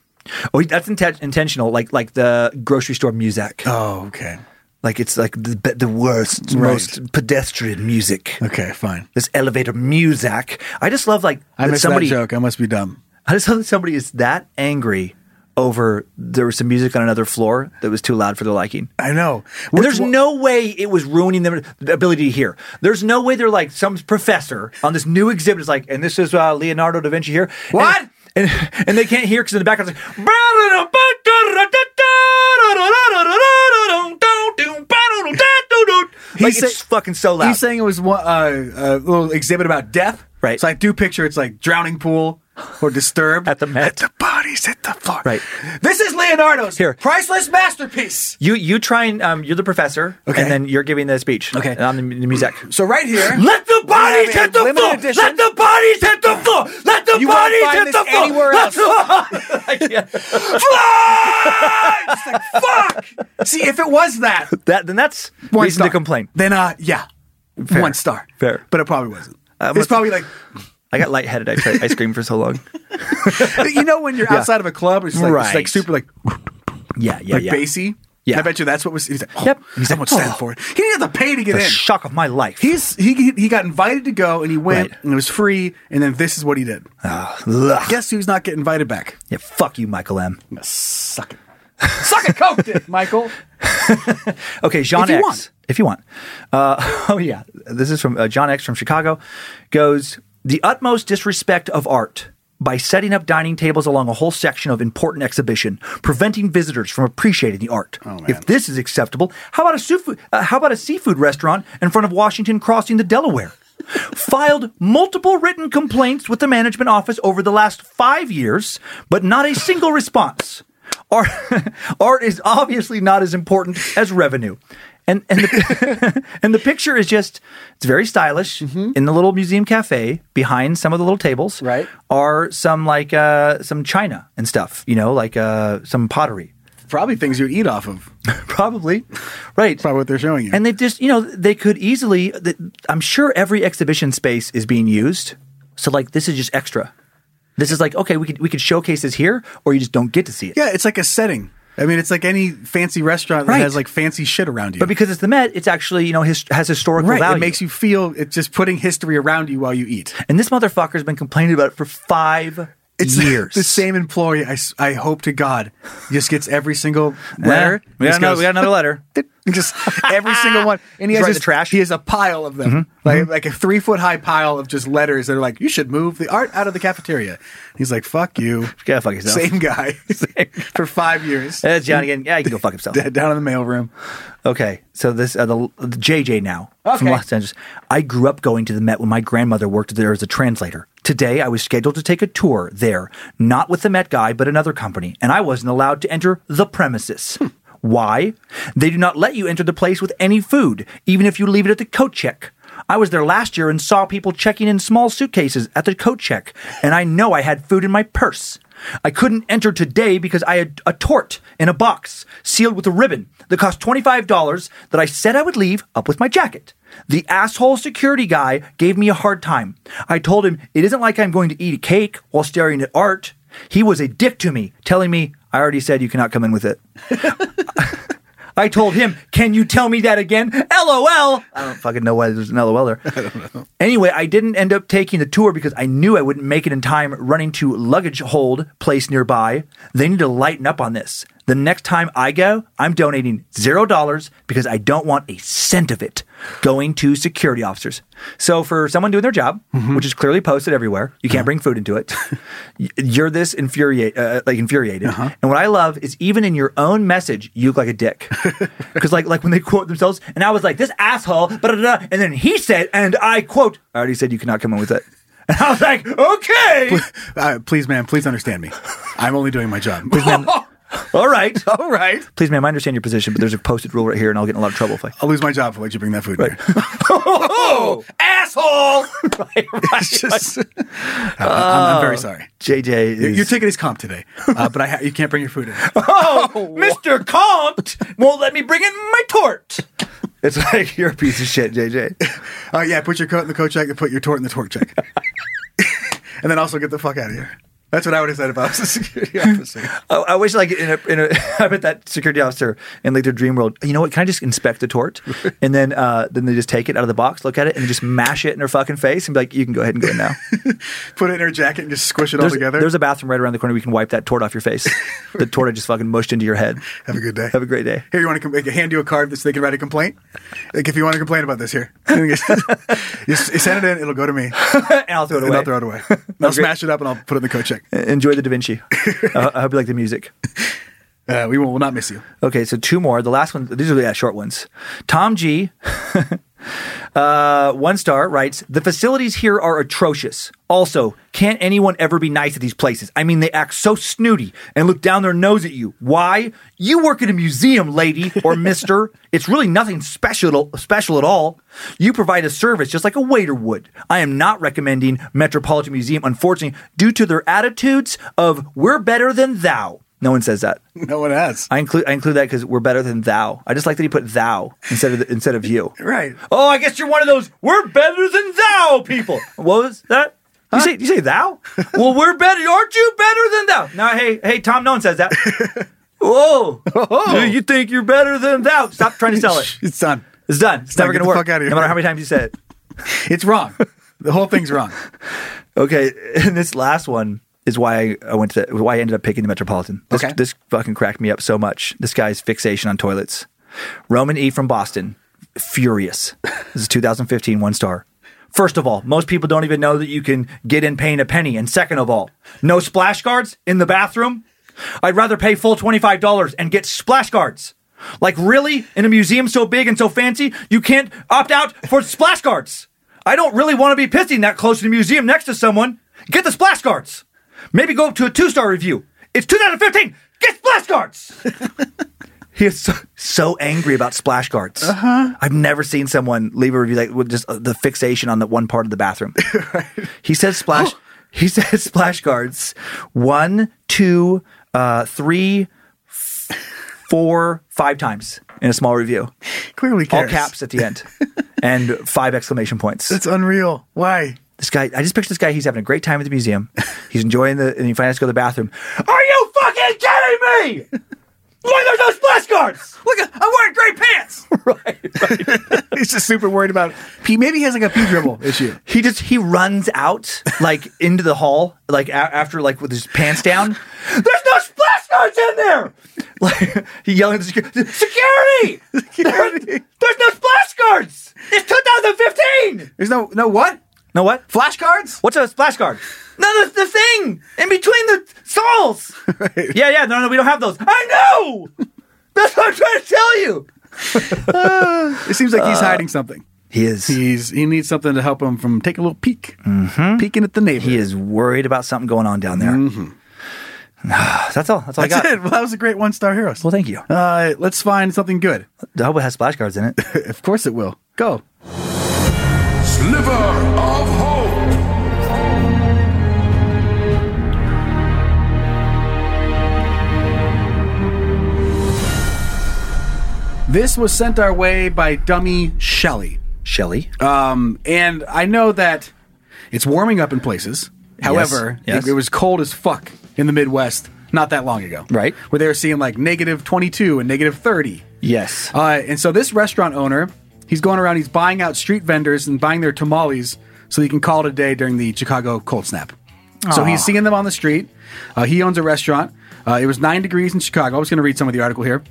B: oh, that's inten- intentional, like like the grocery store music.
C: Oh, okay.
B: Like it's like the be- the worst,
C: Right.
B: most pedestrian music.
C: Okay, fine.
B: This elevator music. I just love like
C: I
B: that
C: missed
B: somebody.
C: that joke. I must be dumb.
B: I just love that somebody is that angry over there was some music on another floor that was too loud for their liking.
C: I know.
B: And there's no way it was ruining their the ability to hear. There's no way they're like some professor on this new exhibit is like, and this is uh, Leonardo da Vinci here. What? And, and, and they can't hear because in the background it's like. [LAUGHS] Like, it's fucking so loud.
C: He's saying it was one, uh, a little exhibit about death.
B: Right.
C: So I do picture it's like drowning pool or disturbed
B: at the Met.
C: the bodies hit the floor.
B: Right.
C: This is Leonardo's here priceless masterpiece.
B: You you try and um, you're the professor, and then you're giving the speech. Okay, and I'm the, the music.
C: So right here,
H: Let the bodies hit the floor. Let the bodies hit the floor. Let the
C: You won't
H: bodies
C: find
H: hit
C: this
H: the floor.
C: anywhere
H: Let
C: else. [LAUGHS]
H: the-
C: [LAUGHS] See, if it was that,
B: that then that's
C: one
B: reason to complain.
C: Then uh, yeah,
B: Fair.
C: one star.
B: Fair,
C: but it probably wasn't.
B: Um,
C: it's probably like
B: I got lightheaded. I tried ice cream for
C: [LAUGHS]
B: so long.
C: you know when [LAUGHS] you're
B: Yeah.
C: outside of a club, it's like, it's like
B: Right.
C: super like
B: Yeah, yeah,
C: like
B: yeah.
C: bassy.
B: Yeah.
C: I bet you that's what was. He's like, oh,
B: Yep.
C: He's someone stand
B: oh.
C: for it. He didn't have to pay to get
B: The
C: in.
B: shock of my life.
C: He's he he- he got invited to go and he went and it was free. And then this is what he did.
B: Ah,
C: Guess who's not getting invited back?
B: Yeah, fuck you, Michael M.
C: Suck it. Suck it, coke dick, Michael.
B: Okay, John
C: If you
B: X.
C: want.
B: If you want. Uh, [LAUGHS] oh, yeah. This is from uh, John X from Chicago. Goes, the utmost disrespect of art by setting up dining tables along a whole section of important exhibition, preventing visitors from appreciating the art.
C: Oh,
B: if this is acceptable, how about a seafood, uh, how about a seafood restaurant in front of Washington crossing the Delaware? Filed multiple written complaints with the management office over the last five years, but not a single response. Art, [LAUGHS] art is obviously not as important as revenue. And and the, [LAUGHS] and the picture is just it's very stylish
C: Mm-hmm.
B: in the little museum cafe behind some of the little tables right are some like uh some china and stuff you know like uh some pottery
C: probably things you'd eat off of
B: [LAUGHS] probably right
C: probably what they're showing you
B: and they just you know they could easily th- I'm sure every exhibition space is being used so like this is just extra this is like okay we could we could showcase this here or you just don't get to see it
C: Yeah, it's like a setting. I mean, it's like any fancy restaurant
B: Right.
C: that has like fancy shit around you.
B: but because it's the Met it's actually you know his, has historical
C: right,
B: value
C: it makes you feel it's just putting history around you while you eat.
B: And this motherfucker's been complaining about it for five
C: It's [LAUGHS]
B: years.
C: the same employee. I, s- I hope to God just gets every single letter.
B: Yeah. We got
C: Just
B: another-
C: goes-
B: we got another
C: [LAUGHS]
B: letter.
C: just every single one. And he
B: He's
C: has
B: right in
C: just-
B: the trash.
C: He has a pile of them, like like a three foot high pile of just letters that are like, you should move the art out of the cafeteria. [LAUGHS] He's like, fuck you.
B: Yeah, fuck yourself.
C: [LAUGHS] Same guy Eh. for five years.
B: That's John again. Yeah, he can go fuck himself.
C: Down in the mailroom.
B: Okay, so this uh, the, the JJ now from
C: Okay.
B: Los Angeles. I grew up going to the Met when my grandmother worked there as a translator. Today, I was scheduled to take a tour there, not with the Met guy, but another company, and I wasn't allowed to enter the premises.
C: Hmm.
B: Why? They do not let you enter the place with any food, even if you leave it at the coat check. I was there last year and saw people checking in small suitcases at the coat check, and I know I had food in my purse. I couldn't enter today because I had a tort in a box sealed with a ribbon that cost $25 that I said I would leave up with my jacket. The asshole security guy gave me a hard time. I told him it isn't like I'm going to eat a cake while staring at art. He was a dick to me, telling me, I already said you cannot come in with it. I told him, "Can you tell me that again?" LOL. I don't fucking know why there's an LOL there. [LAUGHS] I don't know. Anyway, I didn't end up taking the tour because I knew I wouldn't make it in time running to luggage hold place nearby. They need to lighten up on this. The next time I go, I'm donating zero dollars because I don't want a cent of it going to security officers. So for someone doing their job, Mm-hmm. which is clearly posted everywhere, you
C: Uh-huh.
B: can't bring food into it.
C: [LAUGHS]
B: y- You're this infuriate, uh, like infuriated.
C: Uh-huh.
B: And what I love is even in your own message, you look like
C: [LAUGHS]
B: a dick. Because like like when they quote themselves, and I was like this asshole, ba-da-da-da," and then he said, and I quote, I already said you cannot come in with it. [LAUGHS] And I was
C: [LAUGHS]
B: like, okay,
C: Uh, please, ma'am, please understand me. I'm only doing my job.
B: all
C: [LAUGHS]
B: right,
C: all right.
B: Please, ma'am, I understand your position, but there's a posted rule right here, and I'll get in a lot of trouble if I.
C: I'll lose my job if I let you bring that food. [LAUGHS] Right.
B: [LAUGHS] oh,
C: asshole!
B: [LAUGHS] right,
C: [LAUGHS] right.
B: right,
C: Uh, I'm, I'm- I'm very sorry.
B: JJ,
C: You're,
B: is,
C: you're taking his comp today, uh, but I ha- you can't bring your food [LAUGHS] in.
B: Oh, [LAUGHS] Mr. Compt won't let me bring in my tort. It's like you're a piece of shit, JJ.
C: Uh, yeah, put your coat in the coat check and put your tort in the tort
B: [LAUGHS]
C: check. [LAUGHS] and then also get the fuck out of here. That's what I would have said if I was a
B: [LAUGHS]
C: security officer.
B: Oh, I wish like in a, in a [LAUGHS] I bet that security officer in like their dream world. You know what? Can I just inspect the [LAUGHS] tort, and then uh, then they just take it out of the box, look at it, and just mash it in her fucking face, and be like, "You can go ahead and go [LAUGHS] in now."
C: Put it in her jacket and just squish it all
B: there's,
C: together.
B: there's a bathroom right around the corner. We can wipe that tort off your [LAUGHS] face. the tort I just fucking mushed into your head.
C: Have a good day.
B: Have a great day. [LAUGHS]
C: Here, you want to com- like, hand you a card so they can write a complaint? Like, if you want to complain about this,
B: [LAUGHS]
C: here. you s- [LAUGHS] you send it in, it'll go to me.
B: and I'll throw it
C: And
B: away.
C: I'll throw it
B: [LAUGHS]
C: away. And I'll smash it up and I'll put it in the coat check.
B: Enjoy the Da [LAUGHS] Vinci. Uh, I hope you like the music.
C: Uh, we will, will not miss you.
B: Okay, so two more. The last one, these are the uh, short ones. Tom G [LAUGHS] Uh, one star writes The facilities here are atrocious. Also, can't anyone ever be nice at these places? I mean, they act so snooty and look down their nose at you. Why? You work at a museum, lady or [LAUGHS] mister. it's really nothing special, special at all. You provide a service just like a waiter would. I am not recommending Metropolitan Museum, unfortunately, due to their attitudes of we're better than thou. [LAUGHS] No one says that.
C: No one has.
B: I include I include that because we're better than thou. I just like that he put thou instead of the, instead of you.
C: Right.
B: Oh, I guess you're one of those we're better than thou people. What was that? You say you say thou? well, we're better. Aren't you better than thou? Now, hey, hey, Tom. No one
C: [LAUGHS]
B: says that. Whoa!
C: Oh.
B: You- You think you're better than thou? Stop trying to sell it.
C: It's done.
B: It's done. It's
C: Now
B: never
C: get
B: going
C: the
B: to work.
C: fuck outta here.
B: No matter how many times you say it.
C: it's wrong.
B: [LAUGHS]
C: The whole thing's wrong.
B: Okay, [LAUGHS] and this last one is why I went to the, why I ended up picking the Metropolitan. This,
C: Okay.
B: this fucking cracked me up so much. This guy's fixation on toilets. Roman E from Boston, furious. This is 2015, one star. First of all, most people don't even know that you can get in paying a penny. And second of all, no splash guards in the bathroom. I'd rather pay full $25 and get splash guards. Like, really? In a museum so big and so fancy, you can't opt out for splash guards. I don't really want to be pissing that close to the museum next to someone. Get the splash guards. Maybe go up to a two star review. It's 2015. Get splash guards. [LAUGHS] he is so, so angry about splash guards.
C: Uh-huh.
B: I've never seen someone leave a review like with just uh, the fixation on the one part of the
C: [LAUGHS]
B: bathroom. He says splash.
C: Oh.
B: [LAUGHS] he says splash guards. One, two, uh, three, four, five times in a small review.
C: Clearly cares.
B: All caps at
C: [LAUGHS]
B: the end and five exclamation points.
C: It's unreal. Why?
B: This guy, I just picture this guy. He's having a great time at the museum. He's enjoying the, and he finally has to go to the bathroom. Are you fucking kidding me? Why there's no splash guards?
C: Look, I'm wearing great pants. right, right. He's just super worried about pee. Maybe he has like a pee dribble issue.
B: He just he runs out like into the hall like a- after like with his pants down. There's no splash guards in there. Like [LAUGHS] he yelling at the security. [LAUGHS] Security! There- there's no splash guards. It's 2015.
C: There's no no what?
B: No what?
C: Flashcards?
B: What's a splash guard? No, the, the thing in between the [LAUGHS] stalls. Yeah, yeah. No, no, we don't have those. I know. [LAUGHS] That's what I'm trying to tell you.
C: it seems like
B: Uh,
C: he's hiding something.
B: He is.
C: He's he needs something to help him from taking a little peek,
B: Mm-hmm.
C: peeking at the neighbor.
B: He is worried about something going on down there. [SIGHS] That's all. Mm-hmm. That's all
C: That's
B: I got.
C: it. Well, that was a great one star heroes.
B: Well, thank you.
C: Uh, let's find something good. [LAUGHS]
B: I hope it has splash guards [LAUGHS] in it.
C: of course it will. Go.
H: Sliver of hope.
C: This was sent our way by Dummy Shelley.
B: Shelley.
C: Um, and I know that it's warming up in places. However,
B: Yes, yes.
C: It, it was cold as fuck in the Midwest not that long ago.
B: Right.
C: Where they were seeing like negative 22 and negative 30.
B: Yes.
C: Uh, and so this restaurant owner, he's going around, he's buying out street vendors and buying their tamales so he can call it a day during the Chicago cold snap. So
B: Aw.
C: he's seeing them on the street. Uh, he owns a restaurant. Uh, it was nine degrees in Chicago. I was going to read some of the article here.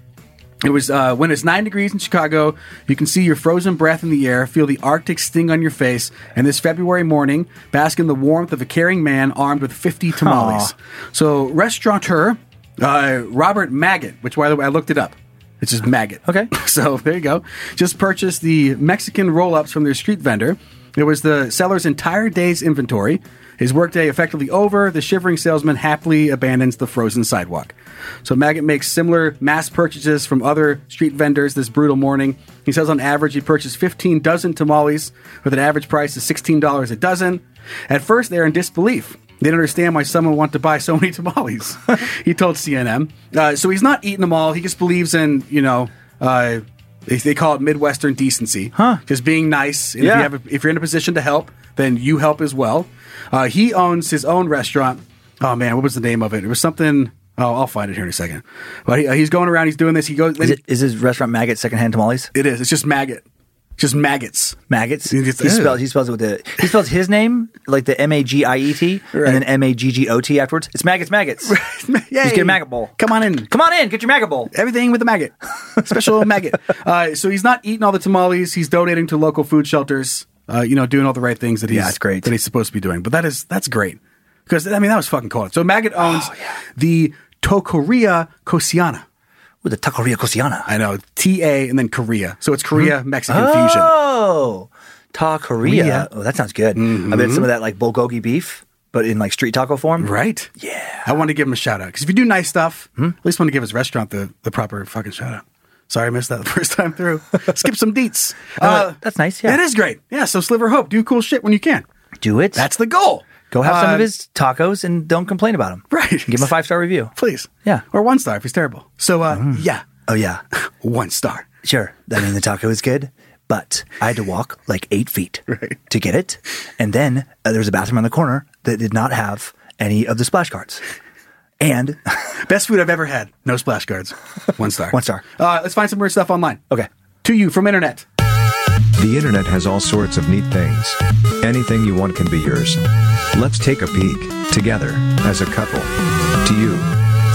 C: It was uh, when it's nine degrees in Chicago, you can see your frozen breath in the air, feel the Arctic sting on your face, and this February morning, bask in the warmth of a caring man armed with 50 tamales.
B: Aw.
C: So, restaurateur uh, Robert Maggot, which, by the way, I looked it up. It's just Maggot.
B: Okay.
C: [LAUGHS] So, there you go. Just purchased the Mexican roll ups from their street vendor. It was the seller's entire day's inventory. His workday effectively over, the shivering salesman happily abandons the frozen sidewalk. So Maggot makes similar mass purchases from other street vendors this brutal morning. He says on average he purchased 15 dozen tamales with an average price of $16 a dozen. At first they're in disbelief. They don't understand why someone would want to buy so many tamales. [LAUGHS] he told CNN. Uh, so he's not eating them all. He just believes in, you know, uh, they, they call it Midwestern decency. Huh. Just being nice. And if,
B: Yeah.
C: you have a if you're in a position to help, then you help as well. Uh, he owns his own restaurant. Oh man, what was the name of it? It was something. Oh, I'll find it here in a second. But he, uh, he's going around. He's doing this. He goes.
B: Is, it, is his restaurant maggot secondhand tamales?
C: it is. It's just maggot. Just maggots.
B: Maggots. He
C: It's- it's-
B: spells. He spells it with the. He spells his name like the M A G I E T
C: Right.
B: and then M A G G O T afterwards. It's maggots. Maggots.
C: [LAUGHS] Yay.
B: Just get a maggot bowl.
C: Come on in.
B: Come on in. Get your maggot bowl.
C: Everything with a
B: [LAUGHS]
C: maggot. Special maggot. Uh, so he's not eating all the tamales. He's donating to local food shelters. Uh, you know, doing all the right things that he's
B: Yeah, it's great.
C: that he's supposed to be doing. But that is that's great
B: Oh,
C: because I mean that was fucking cold. So maggot owns the Tokoria Kosiana.
B: with the Taqueria Cosiana.
C: I know. T A and then Korea. So it's Korea Mexican fusion.
B: Hmm? Oh, Taqueria.
C: Korea.
B: Oh, that sounds good. I bet some of that like bulgogi beef, but in like street taco form.
C: Right.
B: Yeah. Hmm?
C: I want to give him a shout out because if you do nice stuff, at least want to give his restaurant the, the proper fucking shout out. Sorry, I missed that the first time
B: [LAUGHS]
C: through. Skip some deets.
B: Uh, that's nice. Yeah.
C: That is great. Yeah. So Sliver Hope, do cool shit when you can.
B: Do it.
C: That's the goal.
B: Go have some of
C: Uh,
B: his tacos and don't complain about them.
C: Right.
B: Give him a five star review.
C: [LAUGHS] please.
B: Yeah.
C: Or one star if he's terrible. So uh, yeah,
B: Oh yeah.
C: one star.
B: Sure. I mean the taco is good, but I had to walk like eight feet
C: Right.
B: to get it, and then uh, there was a bathroom on the corner that did not have any of the splash cards, and [LAUGHS]
C: Best food I've ever had. No splash guards. One star.
B: one star.
C: Uh, let's find some weird stuff online.
B: Okay.
C: To you from internet.
I: The internet has all sorts of neat things. Anything you want can be yours. Let's take a peek, together, as a couple. To you,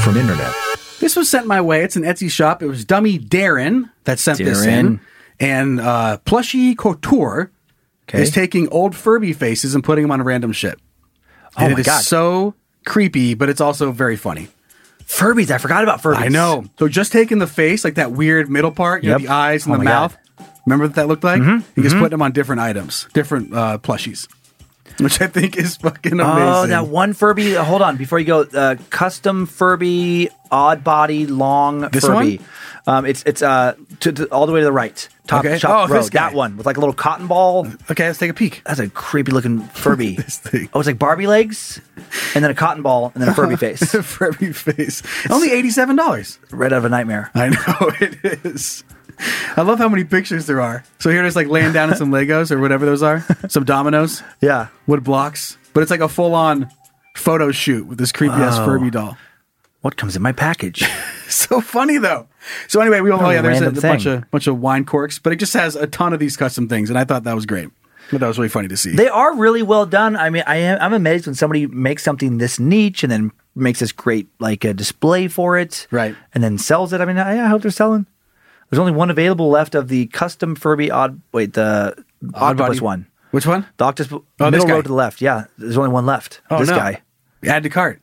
I: from internet.
C: This was sent my way. It's an Etsy shop. It was Dummy Darren that sent this in.
E: Darren.
C: And uh, Plushy Couture
B: Okay.
C: is taking old Furby faces and putting them on random shit.
B: Oh
C: and
B: my
C: it is
B: God.
C: so creepy, but it's also very funny.
B: Furbies. I forgot about Furbies.
C: I know. So just taking the face, like that weird middle part, you know,
B: Yep.
C: the eyes and
B: Oh
C: the
B: my
C: mouth. Remember what that looked like? And just
B: Mhm.
C: putting them on different items, different uh, plushies, which I think is fucking amazing.
B: Oh, that one Furby. uh, Hold on, before you go, uh, custom Furby, odd body, long
C: This
B: Furby. Um, it's it's uh to, to- all the way to the right, top
C: Okay. Oh,
B: shop row.
C: this guy.
B: That one with like a little cotton ball.
C: Okay, let's take a peek. [LAUGHS]
B: That's a creepy looking Furby.
C: thing.
B: Oh, it's like Barbie legs, and then a cotton ball, and then a
C: [LAUGHS]
B: Furby face,
C: Furby face. Only eighty-seven dollars.
B: right out of a nightmare.
C: I know [LAUGHS] it is. I love how many pictures there are. So here it is, like laying down on some Legos or whatever those are, some dominoes,
B: Yeah,
C: wood blocks. But it's like a full-on photo shoot with this creepy ass
B: Wow.
C: Furby doll. [LAUGHS]
B: what comes in my package?
C: so funny though. So anyway, we all
B: What
C: oh
B: a
C: yeah, there's a,
B: random
C: a bunch
B: thing.
C: of bunch of wine corks, but it just has a ton of these custom things, and I thought that was great. But that was really funny to see.
B: They are really well done. I mean, I am I'm amazed when somebody makes something this niche and then makes this great like a display for it,
C: Right.
B: And then sells it. I mean, I, I hope they're selling. There's only one available left of the custom Furby odd. Wait, the octopus
C: body-
B: one.
C: Which one?
B: The octopus
C: Oh, this
B: middle row
C: guy.
B: to the left. Yeah, there's only one left.
C: Oh,
B: this
C: no.
B: guy.
C: Add to cart.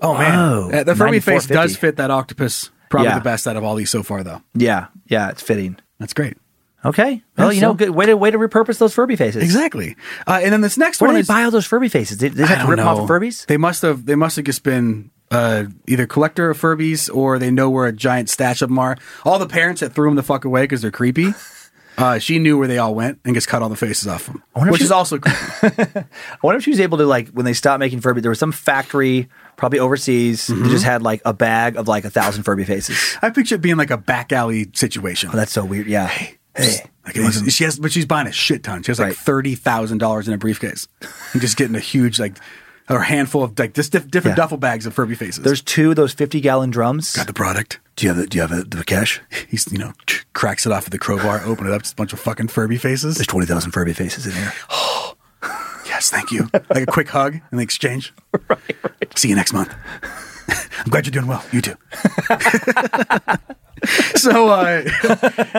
C: Oh
B: Whoa,
C: Uh, the Furby face does
B: 94.50.
C: fit that octopus. Probably
B: Yeah.
C: the best out of all these so far, though.
B: Yeah, yeah, it's fitting.
C: That's great.
B: Okay. Well,
C: Yeah,
B: you know,
C: so-
B: good way to way to repurpose those Furby faces.
C: Exactly. Uh, and then this next
B: Where
C: one
B: do they
C: is
B: buy all those Furby faces? Did, did they
C: I
B: have to
C: don't
B: rip them off
C: know.
B: of Furbies?
C: They must have. They must have just been uh, either collector of Furbies or they know where a giant stash of them are. All the parents that threw them the fuck away because they're [LAUGHS] creepy. Uh, she knew where they all went and just cut all the faces off them,
B: wonder if
C: which
B: she-
C: is also creepy.
B: [LAUGHS] I wonder if she was able to like when they stopped making Furby. There was some factory, probably overseas,
C: Mm-hmm.
B: that just had like a bag of like a thousand Furby faces.
C: [SIGHS] I picture it being like a back alley situation.
B: Oh, that's so weird. Yeah. Hey,
C: Like, she has, but she's buying a shit ton. She has like
B: Right.
C: thirty thousand dollars in a briefcase, and just getting a huge like or handful of like just diff- different
B: Yeah.
C: duffel bags of Furby faces.
B: there's two of those fifty gallon drums.
C: got the product.
B: Do you have the, Do you have the cash?
C: He's you know cracks it off with the crowbar, open it up, just a bunch of fucking Furby faces.
B: There's twenty thousand Furby faces in here.
C: Yes, thank you. Like a quick hug in the
B: [LAUGHS]
C: exchange. See you next month. [LAUGHS] I'm glad you're doing well. You too. [LAUGHS] so uh, [LAUGHS]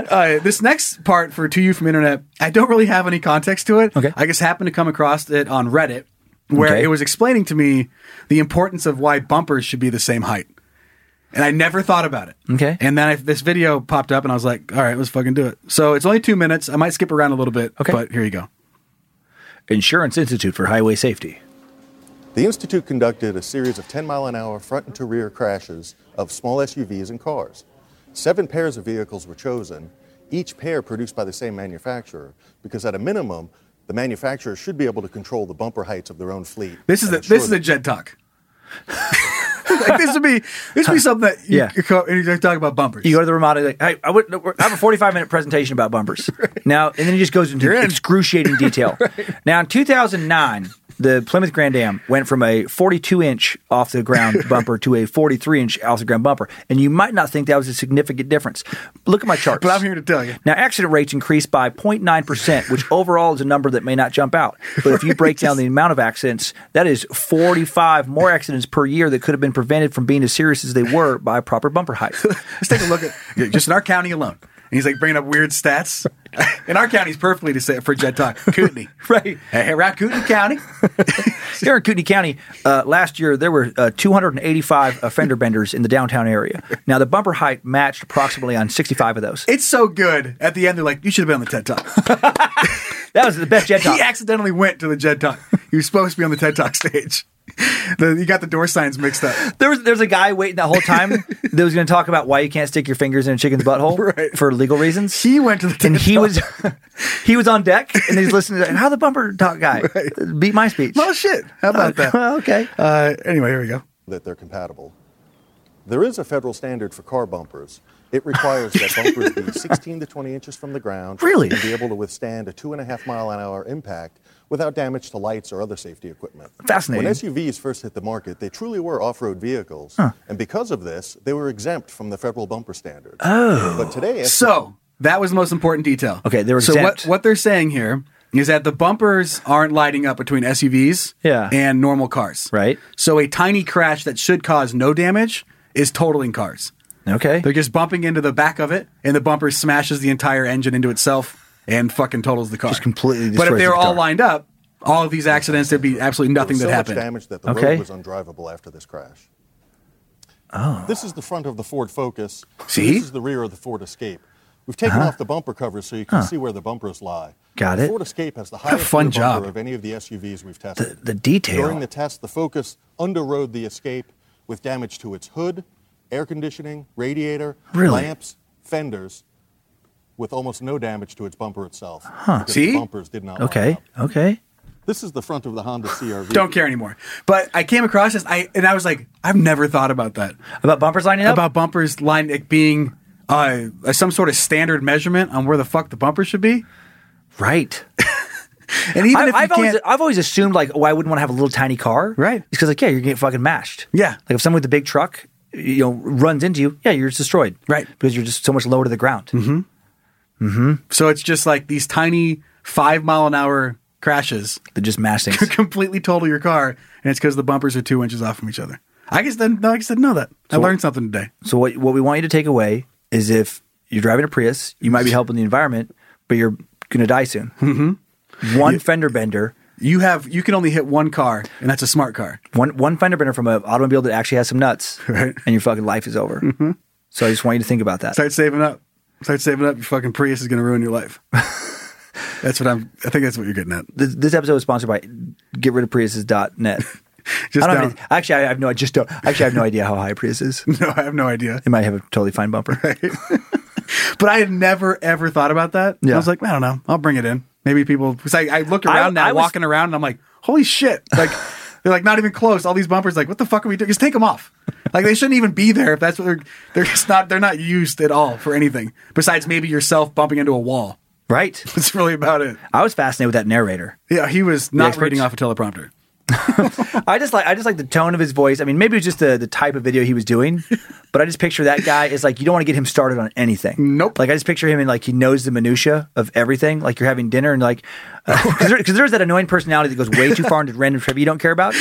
C: uh, this next part for to you from internet, I don't really have any context to it.
B: Okay.
C: I just happened to come across it on Reddit, where
B: Okay.
C: it was explaining to me the importance of why bumpers should be the same height, and I never thought about it.
B: Okay.
C: And then I, this video popped up, and I was like, "All right, let's fucking do it." So it's only two minutes. I might skip around a little bit,
B: Okay.
C: but here you go.
B: Insurance Institute for Highway Safety.
J: The Institute conducted a series of 10 mile an hour front and to rear crashes of small SUVs and cars. Seven pairs of vehicles were chosen, each pair produced by the same manufacturer, because at a minimum, the manufacturer should be able to control the bumper heights of their own fleet.
C: This
B: Oh,
C: is
J: and
C: a,
J: ensure
C: this is
J: that-
C: a Jed talk. [LAUGHS] like, this would be this would be something that you,
B: Yeah.
C: you, co- and you talk about bumpers.
B: You go to the Ramada, like, hey, I, would, I have a 45 minute presentation
C: [LAUGHS]
B: about bumpers. Now, and then he just goes into
C: You're in. [LAUGHS]
B: excruciating detail. Now, in 2009, the Plymouth Grand Am went from a 42 inch off
C: [LAUGHS]
B: the ground bumper to a 43 inch off the ground bumper. And you might not think that was a significant difference. Look at my charts.
C: but I'm here to tell you.
B: Now, accident rates increased by 0.9%, which overall is a number that may not jump out. But if you break down the amount of accidents, that is 45 more accidents per year that could have been prevented from being as serious as they were by proper bumper height. [LAUGHS]
C: Let's take a look at yeah, just in our county alone. And he's like bringing up weird stats. In our county, it's perfectly to say for jet talk. Kootenai.
B: [LAUGHS] right.
C: Hey, around Kootenai County.
B: Here in Kootenai County, uh, last year there were uh, 285 uh, fender benders in the downtown area. Now the bumper height matched approximately on 65 of those.
C: It's so good. At the end, they're like, you should have been on the TED Talk.
B: that was the
C: [LAUGHS]
B: best [LAUGHS] Jed Talk.
C: He accidentally went to the Jed Talk. He was supposed to be on the TED Talk stage. The, you got the door signs mixed up.
B: There was there's a guy waiting that whole time that was going to talk about why you can't stick your fingers in a chicken's butthole for legal reasons.
C: He went to the
B: and [LAUGHS] he was he was on deck and he's listening to how the bumper talk guy beat my speech.
C: Well, shit. How about that?
B: [LAUGHS] okay.
C: Uh, anyway, here we go.
J: That they're compatible. There is a federal standard for car bumpers. It requires that bumpers be 16 to 20 inches from the ground.
B: Really?
J: And be able to withstand a two and a half mile an hour impact without damage to lights or other safety equipment.
B: Fascinating.
J: When SUVs first hit the market, they truly were off road vehicles.
B: Huh.
J: And because of this, they were exempt from the federal bumper standard.
B: Oh.
J: But today,
C: So that was the most important detail.
B: Okay, they were
C: so what,
B: exempt.
C: what they're saying here is that the bumpers aren't lighting up between SUVs
B: Yeah.
C: and normal cars.
B: Right.
C: So a tiny crash that should cause no damage is totaling cars.
B: Okay.
C: They're just bumping into the back of it, and the bumper smashes the entire engine into itself and fucking totals the car. Just
B: completely
C: But if
B: destroys
C: they
B: the
C: were all
B: car.
C: lined up, all of these accidents, there'd be absolutely
J: there
C: nothing
J: was so
C: that
J: much
C: happened.
J: damage that the
C: Okay.
J: road was undrivable after this crash. Oh. This is the front of the Ford Focus.
C: See?
J: This is the rear of the Ford Escape. We've taken
C: Uh-huh.
J: off the bumper covers so you can
B: Huh.
J: see where the bumpers lie.
B: Got
J: the
B: it.
J: Ford Escape has the
B: What a
J: highest
B: fun
J: rear bumper
B: job.
J: of any of the SUVs we've tested.
B: the detail.
J: During the test, the Focus underrode the Escape with damage to its hood, air conditioning, radiator,
C: Really?
J: lamps, fenders, with almost no damage to its bumper itself.
B: Huh.
J: because
C: See?
J: The bumpers did not. line
B: okay.
J: up.
B: Okay.
J: This is the front of the Honda CRV.
C: Don't care anymore. But I came across this, I and I was like, I've never thought about that.
B: About bumpers lining up.
C: About bumpers line it being uh, some sort of standard measurement on where the fuck the bumper should be.
B: Right.
C: and even if
B: I,
C: you
B: I've always
C: can't-
B: I've always assumed like, oh, I wouldn't want to have a little tiny car, right? Because like, yeah, you're gonna get fucking mashed.
C: Yeah.
B: Like if someone with a big truck, you know, runs into you, yeah, you're just destroyed, right? Because you're just so much lower to the ground. Mm-hmm.
C: Mm-hmm. So it's just like these tiny five mile an hour crashes [LAUGHS]
B: that just mash [LAUGHS] things.
C: completely total your car, and it's because the bumpers are two inches off from each other. I guess then, no, I guess I didn't know that. I
B: So-
C: learned something today.
B: So what what we want you to take away is if you're driving a Prius, you might be helping the environment, but you're gonna die soon. Mm-hmm. One fender bender.
C: You have you can only hit one car, and that's a smart car.
B: One one fender bender from an automobile that actually has some nuts, [LAUGHS] right? And your fucking life is over. Mm-hmm. So I just want you to think about that.
C: Start saving up. Start saving up. Your fucking Prius is going to ruin your life. [LAUGHS] that's what I'm. I think that's what you're getting at. [LAUGHS]
B: This, this episode is sponsored by [LAUGHS] GetRidOfPriuses.net.
C: Just
B: I don't have
C: don't.
B: any- actually, I have no. I just don't. Actually, I have no [LAUGHS] idea how high a Prius is.
C: [LAUGHS] No, I have no idea.
B: It might have a totally fine bumper.
C: But I had never ever thought about that.
B: Yeah.
C: I was like, I don't know. I'll bring it in. Maybe people because I, I look around
B: I-
C: now,
B: I was-
C: walking around, and I'm like, holy shit!
B: [LAUGHS]
C: Like they're like not even close. All these bumpers, like what the fuck are we doing? Just take them off. Like they shouldn't even be there if that's what they're they're just not they're not used at all for anything besides maybe yourself bumping into a wall. [LAUGHS]
B: Right.
C: That's really about it.
B: I was fascinated with that narrator.
C: Yeah, he was
B: The
C: not
B: experts?
C: reading off a teleprompter.
B: I just like I just like the tone of his voice. I mean, maybe it was just the the type of video he was [LAUGHS] doing, but I just picture that guy is like you don't want to get him started on anything. Nope. Like I just picture him and like he knows the minutia of everything. Like you're having dinner and like [LAUGHS] because there, 'cause there's that annoying personality that goes way too far into random trivia you don't care [LAUGHS] about.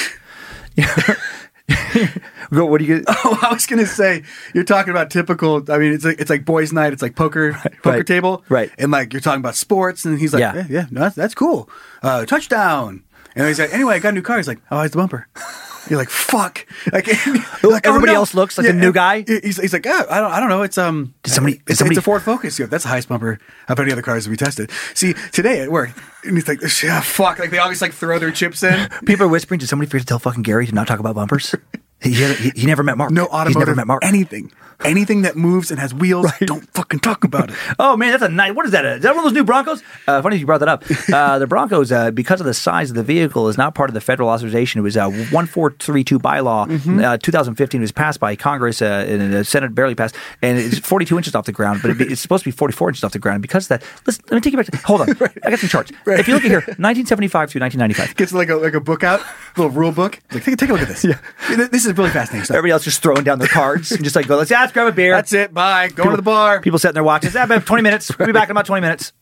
B: Go. What do you?
C: [LAUGHS] Oh, I was gonna say you're talking about typical. I mean, it's like it's like boys' night. It's like poker, poker
B: [LAUGHS] right.
C: table,
B: Right.
C: And like you're talking about sports, and he's like,
B: Yeah.
C: yeah, yeah, no, that's, that's cool. Uh, touchdown. And he's like, anyway, I got a new car. He's like, how high's the bumper? [LAUGHS] You're like, fuck. Like, [LAUGHS] you're like,
B: Everybody
C: no.
B: else looks like a new guy.
C: He's, he's like, oh, I don't, I don't know. It's um,
B: somebody- did
C: it's, it's
B: somebody-
C: a Ford Focus. You go, that's the highest bumper of any other cars we tested. See, today at work, and he's like, yeah, fuck. Like they always like throw their chips
B: [LAUGHS]
C: in.
B: People are whispering. Did somebody forget to tell fucking Gary to not talk about bumpers? He, he, he never met Mark.
C: No
B: He's
C: automotive,
B: never met Mark.
C: anything, anything that moves and has wheels. Don't fucking talk about it.
B: [LAUGHS] Oh man, that's a nice. What is that? Is that one of those new Broncos? Uh, funny you
C: [LAUGHS]
B: brought that up. Uh, the Broncos, uh, because of the size of the vehicle, is not part of the federal authorization. It was uh, one four three two bylaw.
C: Mm-hmm.
B: Uh, 2015 It was passed by Congress uh, and the Senate barely passed, and
C: [LAUGHS]
B: it's 42 inches off the ground, but it, it's supposed to be 44 inches off the ground. And because of that, listen, let me take you back. To,
C: [LAUGHS]
B: hold on, I got some charts. If you look at here, 1975 through 1995.
C: Gets like a like a book out, little rule book. Like take, take a look at this. Yeah, this is really fascinating. Stuff.
B: Everybody else just throwing down their cards and just like go, let's, yeah, let's grab a beer.
C: That's it. Bye. Going to the bar.
B: People setting their watches. Yeah, about 20 minutes. We'll be back in about 20 minutes.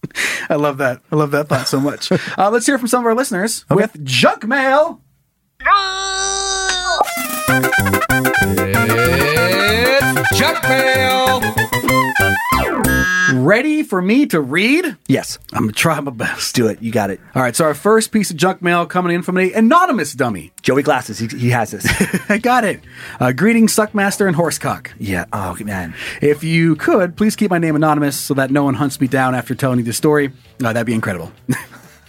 C: I love that. I love that thought so
B: [LAUGHS]
C: much. Uh, let's hear from some of our listeners with junk mail.
E: It's junk mail.
C: Ready for me to read?
B: Yes.
C: I'm going to try my best.
B: Do it. You got it.
C: All right, so our first piece of junk mail coming in from an anonymous dummy. [LAUGHS]
B: Joey Glasses, he, he has this.
C: I got it. Uh, greetings, Suckmaster and Horsecock.
B: [LAUGHS] yeah. Oh, man.
C: If you could, please keep my name anonymous so that no one hunts me down after telling you the story. No, that'd be incredible. [LAUGHS]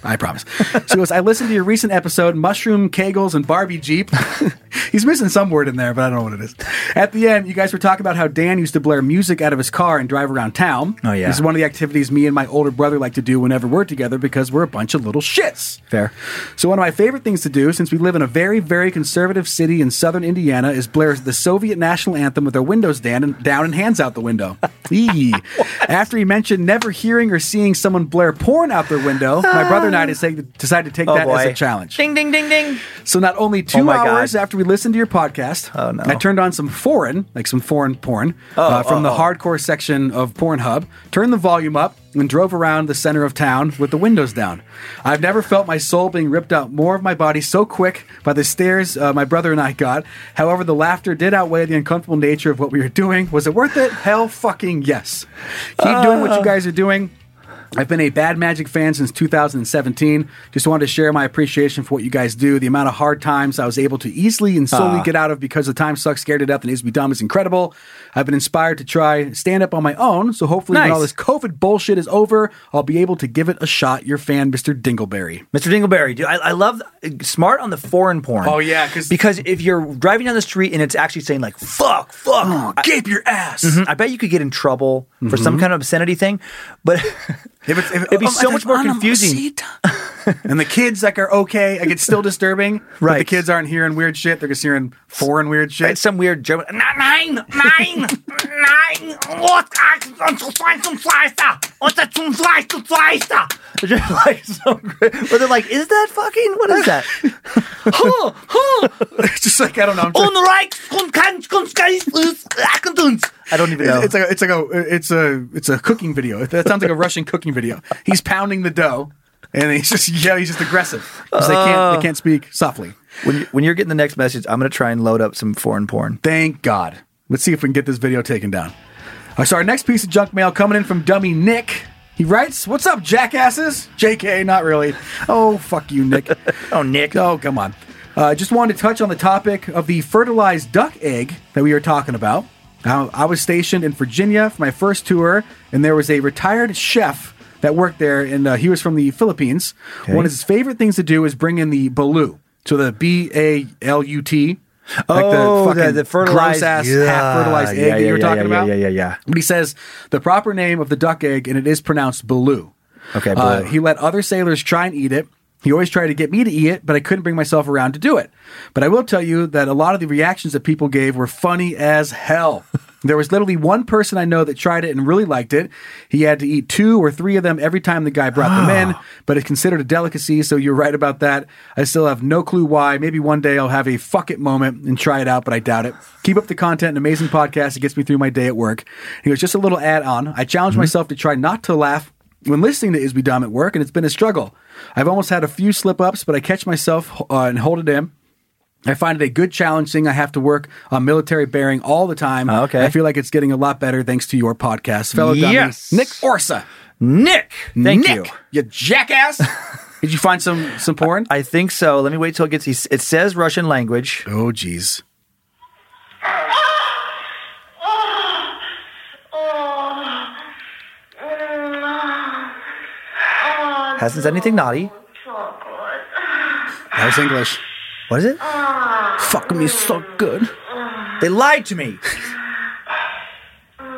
C: I promise. So he goes, I listened to your recent episode, Mushroom Kegels and Barbie Jeep. [LAUGHS] He's missing some word in there, but I don't know what it is. At the end, you guys were talking about how Dan used to blare music out of his car and drive around town.
B: Oh, yeah.
C: This is one of the activities me and my older brother like to do whenever we're together because we're a bunch of little shits.
B: Fair.
C: So one of my favorite things to do, since we live in a very, very conservative city in southern Indiana, is blare the Soviet national anthem with our windows down and, down and hands out the
B: [LAUGHS]
C: window. Eee. After he mentioned never hearing or seeing someone blare porn out their window, my brother and I decided, decided to take
B: Oh,
C: that as
B: boy.
C: a challenge.
B: Ding, ding, ding, ding.
C: So not only two
B: Oh my God. Oh,
C: hours after we listened to your podcast, I turned on some foreign, like some foreign porn, uh, from the
B: oh, oh.
C: hardcore section of Pornhub, turned the volume up, and drove around the center of town with the windows down. I've never felt my soul being ripped out more of my body so quick by the stares uh, my brother and I got. However, the laughter did outweigh the uncomfortable nature of what we were doing. Was it worth it? Hell fucking yes. Keep doing
B: Ah.
C: what you guys are doing. I've been a Bad Magic fan since 2017. Just wanted to share my appreciation for what you guys do. The amount of hard times I was able to easily and solely
B: Ah.
C: get out of because the time sucks, scared to death, and is be dumb is incredible. I've been inspired to try stand up on my own. So hopefully, when
B: Nice.
C: all this COVID bullshit is over, I'll be able to give it a shot. Your fan, Mr. Dingleberry.
B: Mr. Dingleberry, dude, I, I love smart on the foreign porn.
C: Oh, yeah, 'cause-
B: because if you're driving down the street and it's actually saying like "fuck, fuck," I-
C: Gape your ass.
B: Mhm. I bet you could get in trouble for some
C: Mhm.
B: kind of obscenity thing, but it'd
C: Oh,
B: be so much more confusing.
C: and the kids like are okay. Like it's still disturbing. But the
B: Right.
C: kids aren't hearing weird shit. They're just hearing foreign weird shit.
B: It's some weird German.
H: Nein, nein, nein, what? Und zu Fleisch zum Fleister! Und zum Fleisch zum Fleister!
B: [LAUGHS] Just like some, where they're like, "Is that fucking what is that?"
H: Huh, huh!
C: It's [LAUGHS] just like I don't know. I'm trying-
H: Ohne Reichs und kein Kunstgeist ist uns!
B: I don't even know.
C: It's, it's like a, it's like a it's a it's a cooking video. That sounds like a Russian cooking video. He's pounding the dough, and he's just [LAUGHS] yeah, he's just aggressive. 'Cause they can't they can't speak softly.
B: when, you, when you're getting the next message, I'm gonna try and load up some foreign porn.
C: Thank God. Let's see if we can get this video taken down. All right, so our next piece of junk mail coming in from dummy Nick. He writes, "What's up, jackasses?" JK, not really. Oh fuck you, Nick.
B: [LAUGHS] oh Nick.
C: Oh come on. Uh, just wanted to touch on the topic of the fertilized duck egg that we were talking about. I, I was stationed in Virginia for my first tour, and there was a retired chef that worked there, and uh, he was from the Philippines.
B: Okay.
C: One of his favorite things to do is bring in the balut, so the B A L U T.
B: Oh, the- the fertilized-
C: gross ass
B: Yeah.
C: half fertilized egg
B: Yeah,
C: that you
B: yeah,
C: were
B: yeah,
C: talking
B: yeah,
C: about.
B: yeah, yeah, yeah.
C: But he says the proper name of the duck egg, and it is pronounced Baloo.
B: Okay,
C: Uh,
B: Baloo.
C: he let other sailors try and eat it. He always tried to get me to eat it, but I couldn't bring myself around to do it. But I will tell you that a lot of the reactions that people gave were funny as
B: [LAUGHS]
C: hell. there was literally one person I know that tried it and really liked it. He had to eat two or three of them every time the guy brought them
B: Ah.
C: in, but it's considered a delicacy, so you're right about that. I still have no clue why. Maybe one day I'll have a fuck it moment and try it out, but I doubt it. Keep up the content, an amazing podcast. It gets me through my day at work. He goes, just a little add on. I challenge
B: Mm-hmm.
C: myself to try not to laugh when listening to Isby Dom at work, and it's been a struggle. I've almost had a few slip ups, but I catch myself uh, and hold it in. I find it a good challenge seeing I have to work on military bearing all the time.
B: Ah, okay.
C: I feel like it's getting a lot better thanks to your podcast, fellow dummy,
B: Yes.
C: Nick Orsa.
B: Nick, thank
C: Nick,
B: you.
C: You jackass. [LAUGHS] Did you find some some porn?
B: I think so. Let me wait till it gets. he s- It says Russian language.
C: Oh, jeez.
B: Hasn't said anything naughty.
C: That was English.
B: What is it?
C: Fuck me so good.
B: They lied
C: [LAUGHS]
B: to me.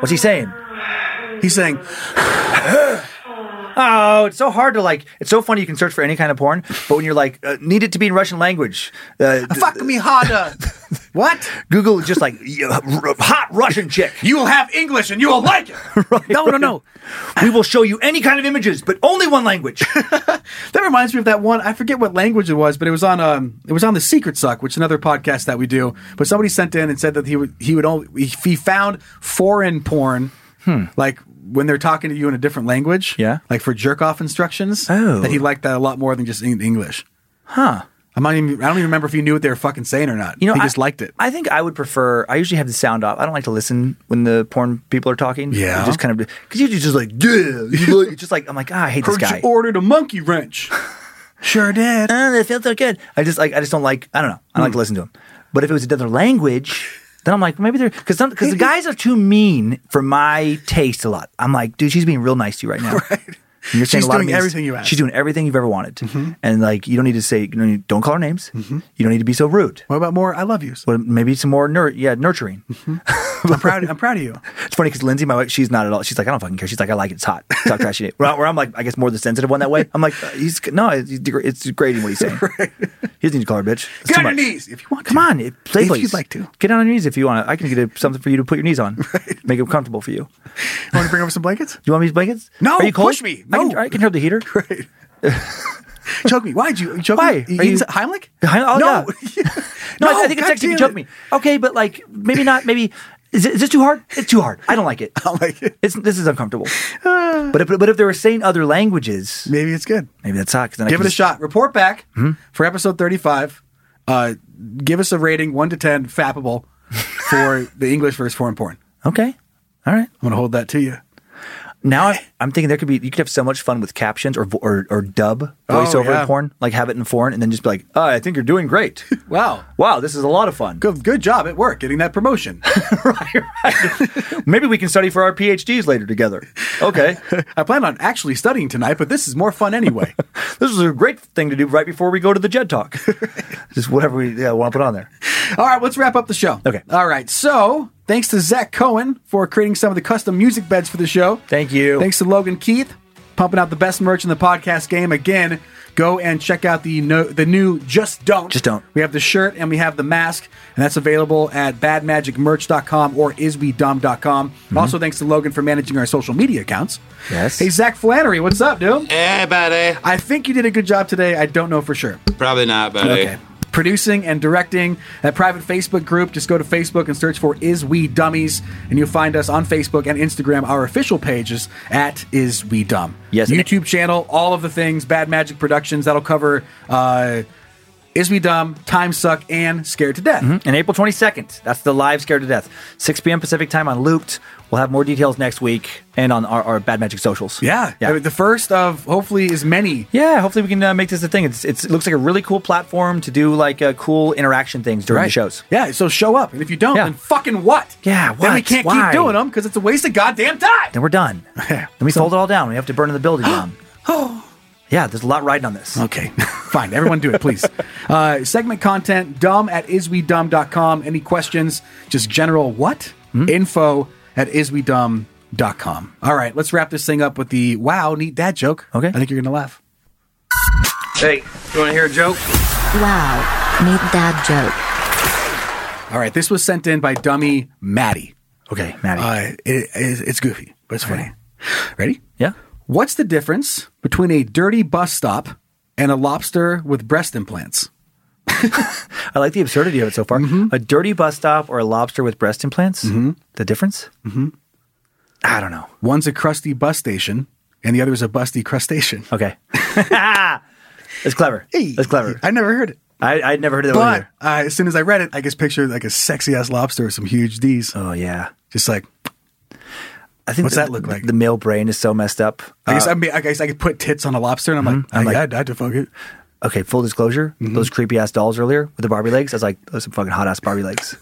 B: What's he saying?
C: He's saying,
B: "Oh, it's so hard to like. It's so funny. You can search for any kind of porn, but when you're like, uh, need it to be in Russian language. Uh, d-
C: Fuck me
B: [LAUGHS]
C: harder. what?
B: Google is
C: [LAUGHS]
B: just like "Yeah, r- r- hot Russian chick.
C: You will have English and you will like it. [LAUGHS] No, no, no.
B: We will show you any kind of images, but only one language.
C: [LAUGHS] That reminds me of that one. I forget what language it was, but it was on um, it was on the Secret Suck, which is another podcast that we do. But somebody sent in and said that he would he would only if he found foreign porn, like when they're talking to you in a different language,
B: Hmm. Yeah.
C: like for jerk off instructions.
B: Oh.
C: that he liked that a lot more than just in English.
B: Huh?
C: I I'm not even. I don't even remember if you knew what they were fucking saying or not.
B: You know,
C: he
B: I-
C: just liked it.
B: I think I would prefer. I usually have the sound off. I don't like to listen when the porn people are talking.
C: Yeah.
B: It just kind of because you're just like yeah, you look- just like I'm like ah, I hate this
C: Heard you
B: guy.
C: ordered a monkey wrench. [LAUGHS] sure
B: [LAUGHS]
C: did.
B: Oh, that feels so good. I just like I just don't like. I don't know. I don't
C: Hmm.
B: like to listen to them. But if it was another language, then I'm like maybe they're because
C: [LAUGHS]
B: because the guys are too mean for my taste a lot. I'm like, dude, she's being real nice to you
C: [LAUGHS]
B: right now. And you're saying
C: She's
B: a lot
C: doing
B: of mean-
C: everything you Mm-hmm. asked.
B: She's doing everything you've ever wanted, and like you don't need to say, you don't, need- don't call her names.
C: Mm-hmm.
B: You don't need to be so rude.
C: What about more? I love yous.
B: Well, maybe some more nur- yeah, nurturing.
C: I'm proud. I'm proud of you.
B: It's funny because Lindsay, my wife, she's not at all. She's like, I don't fucking care. She's like, I like it. It's hot. It's hot trashy. Where, I, where I'm like, I guess more the sensitive one that way. I'm like, uh, he's no, it's degr- it's degrading what
C: [LAUGHS]
B: he's saying. He doesn't need to call her bitch. It's
C: Get
B: too
C: on your
B: much.
C: knees if you want.
B: Come on, it- play
C: If
B: please.
C: you'd like to.
B: get on your knees if you want. I can get a, something for you to put your
C: [LAUGHS]
B: knees on, make them comfortable for you.
C: You want to bring over some blankets? [LAUGHS]
B: Do you want me these blankets?
C: No,
B: Are you cold?
C: push me.
B: I
C: [LAUGHS]
B: can,
C: No.
B: I can turn up the heater.
C: choke me. Why'd you, you choke
B: Why?
C: me? You
B: Are you-
C: eating Heimlich?
B: Behind- oh,
C: No.
B: yeah.
C: [LAUGHS]
B: no, I, I think it's
C: God
B: sexy if
C: damn
B: you choke
C: it. [LAUGHS]
B: me. Okay, but like maybe not. Maybe is, it, is this too hard? It's too hard. I don't
C: [LAUGHS]
B: like it. I don't like it. It's, this
C: [SIGHS]
B: is uncomfortable. but if but if they were saying other languages,
C: maybe it's good.
B: Maybe that's hot. 'cause Then I
C: Give it
B: can
C: a
B: just-
C: shot. Mm-hmm. Report back for episode 35. Uh, give us a rating, 1 to 10, [LAUGHS] fappable, for the English versus foreign porn.
B: Okay. All right.
C: I'm going to hold that to you.
B: Now I, I'm thinking there could be you could have so much fun with captions or vo- or, or dub
C: Oh,
B: voiceover
C: yeah.
B: porn, like have it in foreign, and then just be like, oh, I think you're
C: [LAUGHS]
B: doing great.
C: Wow.
B: wow, this is a lot of fun.
C: Good, good job at work getting that [LAUGHS] promotion.
B: [LAUGHS] Maybe we can study for our PhDs later together.
C: [LAUGHS]
B: Okay.
C: I plan on actually studying tonight, but this is more fun [LAUGHS] anyway.
B: this is a great thing to do right before we go to the
C: [LAUGHS]
B: Jed Talk. Just whatever we yeah, want to put on there.
C: All right, let's wrap up the show. Okay. All right. So, thanks to Zach Cohen for creating some of the custom music beds for the show.
B: Thank you.
C: Thanks to Logan Keith pumping out the best merch in the podcast game again. Go and check out the no, the new Just Don't. Just Don't. We have the shirt and we have the mask, and that's available at badmagicmerch.com or iswedumb.com. Also, thanks to Logan for managing our social media accounts.
D: Yes.
C: Hey, Zach Flannery, what's up, dude?
D: Hey, Eh, buddy.
C: I think you did a good job today. I don't know for sure
D: Probably not, buddy.
C: producing and directing that private Facebook group. Just go to Facebook and search for Is We Dummies, and you'll find us on Facebook and Instagram. Our official pages at Is We Dumb.
B: Yes.
C: YouTube channel, all of the things, Bad Magic Productions. That'll cover uh, Is We Dumb, Time Suck, and Scared to Death.
B: And April 22nd, that's the live Scared to Death. 6 p.m. Pacific time on Looped. We'll have more details next week and on our, our Bad Magic socials.
C: Yeah. I mean, the first of hopefully is many.
B: Yeah, hopefully we can uh, make this a thing. It's, it's, it looks like a really cool platform to do like uh, cool interaction things during the
C: Right.
B: shows.
C: Yeah, so show up. And if you don't, then fucking what?
B: Yeah,
C: Then we
B: what?
C: can't
B: Why?
C: keep doing them because it's a waste of goddamn time.
B: Then
C: [LAUGHS]
B: we're done. then we fold it all down. We have to burn the building down.
C: [GASPS] Oh.
B: Yeah, there's a lot riding on this.
C: Okay. [LAUGHS] Fine. Everyone do it, please. uh, segment content, dumb at iswedumb.com. Any questions? Just general what?
B: Hmm?
C: Info at iswedumb.com. All right. Let's wrap this thing up with the wow, neat dad joke. Okay. I think you're going to laugh.
B: Hey, you want to hear a joke?
K: Wow, neat dad joke.
C: All right. This was sent in by dummy Maddie.
B: Okay, Maddie.
C: Uh, it, it's, it's goofy, but it's funny. Ready?
B: Yeah.
C: What's the difference between a dirty bus stop and a lobster with breast implants?
B: I like the absurdity of it so far.
C: Mm-hmm.
B: A dirty bus stop or a lobster with breast implants? Mm-hmm.
C: [LAUGHS]
B: The difference? Mm-hmm. I don't know.
C: One's a crusty bus station, and the other is a busty crustacean.
B: Okay. [LAUGHS] It's clever. It's clever.
C: I never heard it.
B: I, I'd never heard of that one
C: But
B: either.
C: uh, as soon as I read it, I just pictured like a sexy ass lobster with some huge D's.
B: Oh yeah,
C: just like
B: I think
C: what's
B: the-
C: that look
B: the-
C: like?
B: The male brain is so messed up.
C: I guess
B: Uh,
C: I mean, I guess I could put tits on a lobster, and mm-hmm. I'm like,
B: I'm
C: I,
B: like-
C: I'd, I'd fuck it.
B: okay, full disclosure, those creepy ass dolls earlier with the Barbie legs, I was like, those are some fucking hot ass Barbie legs.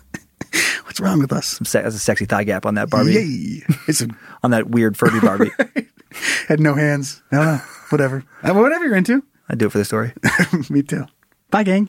C: What's wrong with us?
B: Some se- that's a sexy thigh gap on that Barbie.
C: Yay. It's a-
B: on that weird Furby Barbie.
C: [LAUGHS] Had no hands. I don't know. Whatever. I mean, Uh, whatever you're into.
B: I do it for the story.
C: [LAUGHS] Me too. Bye, gang.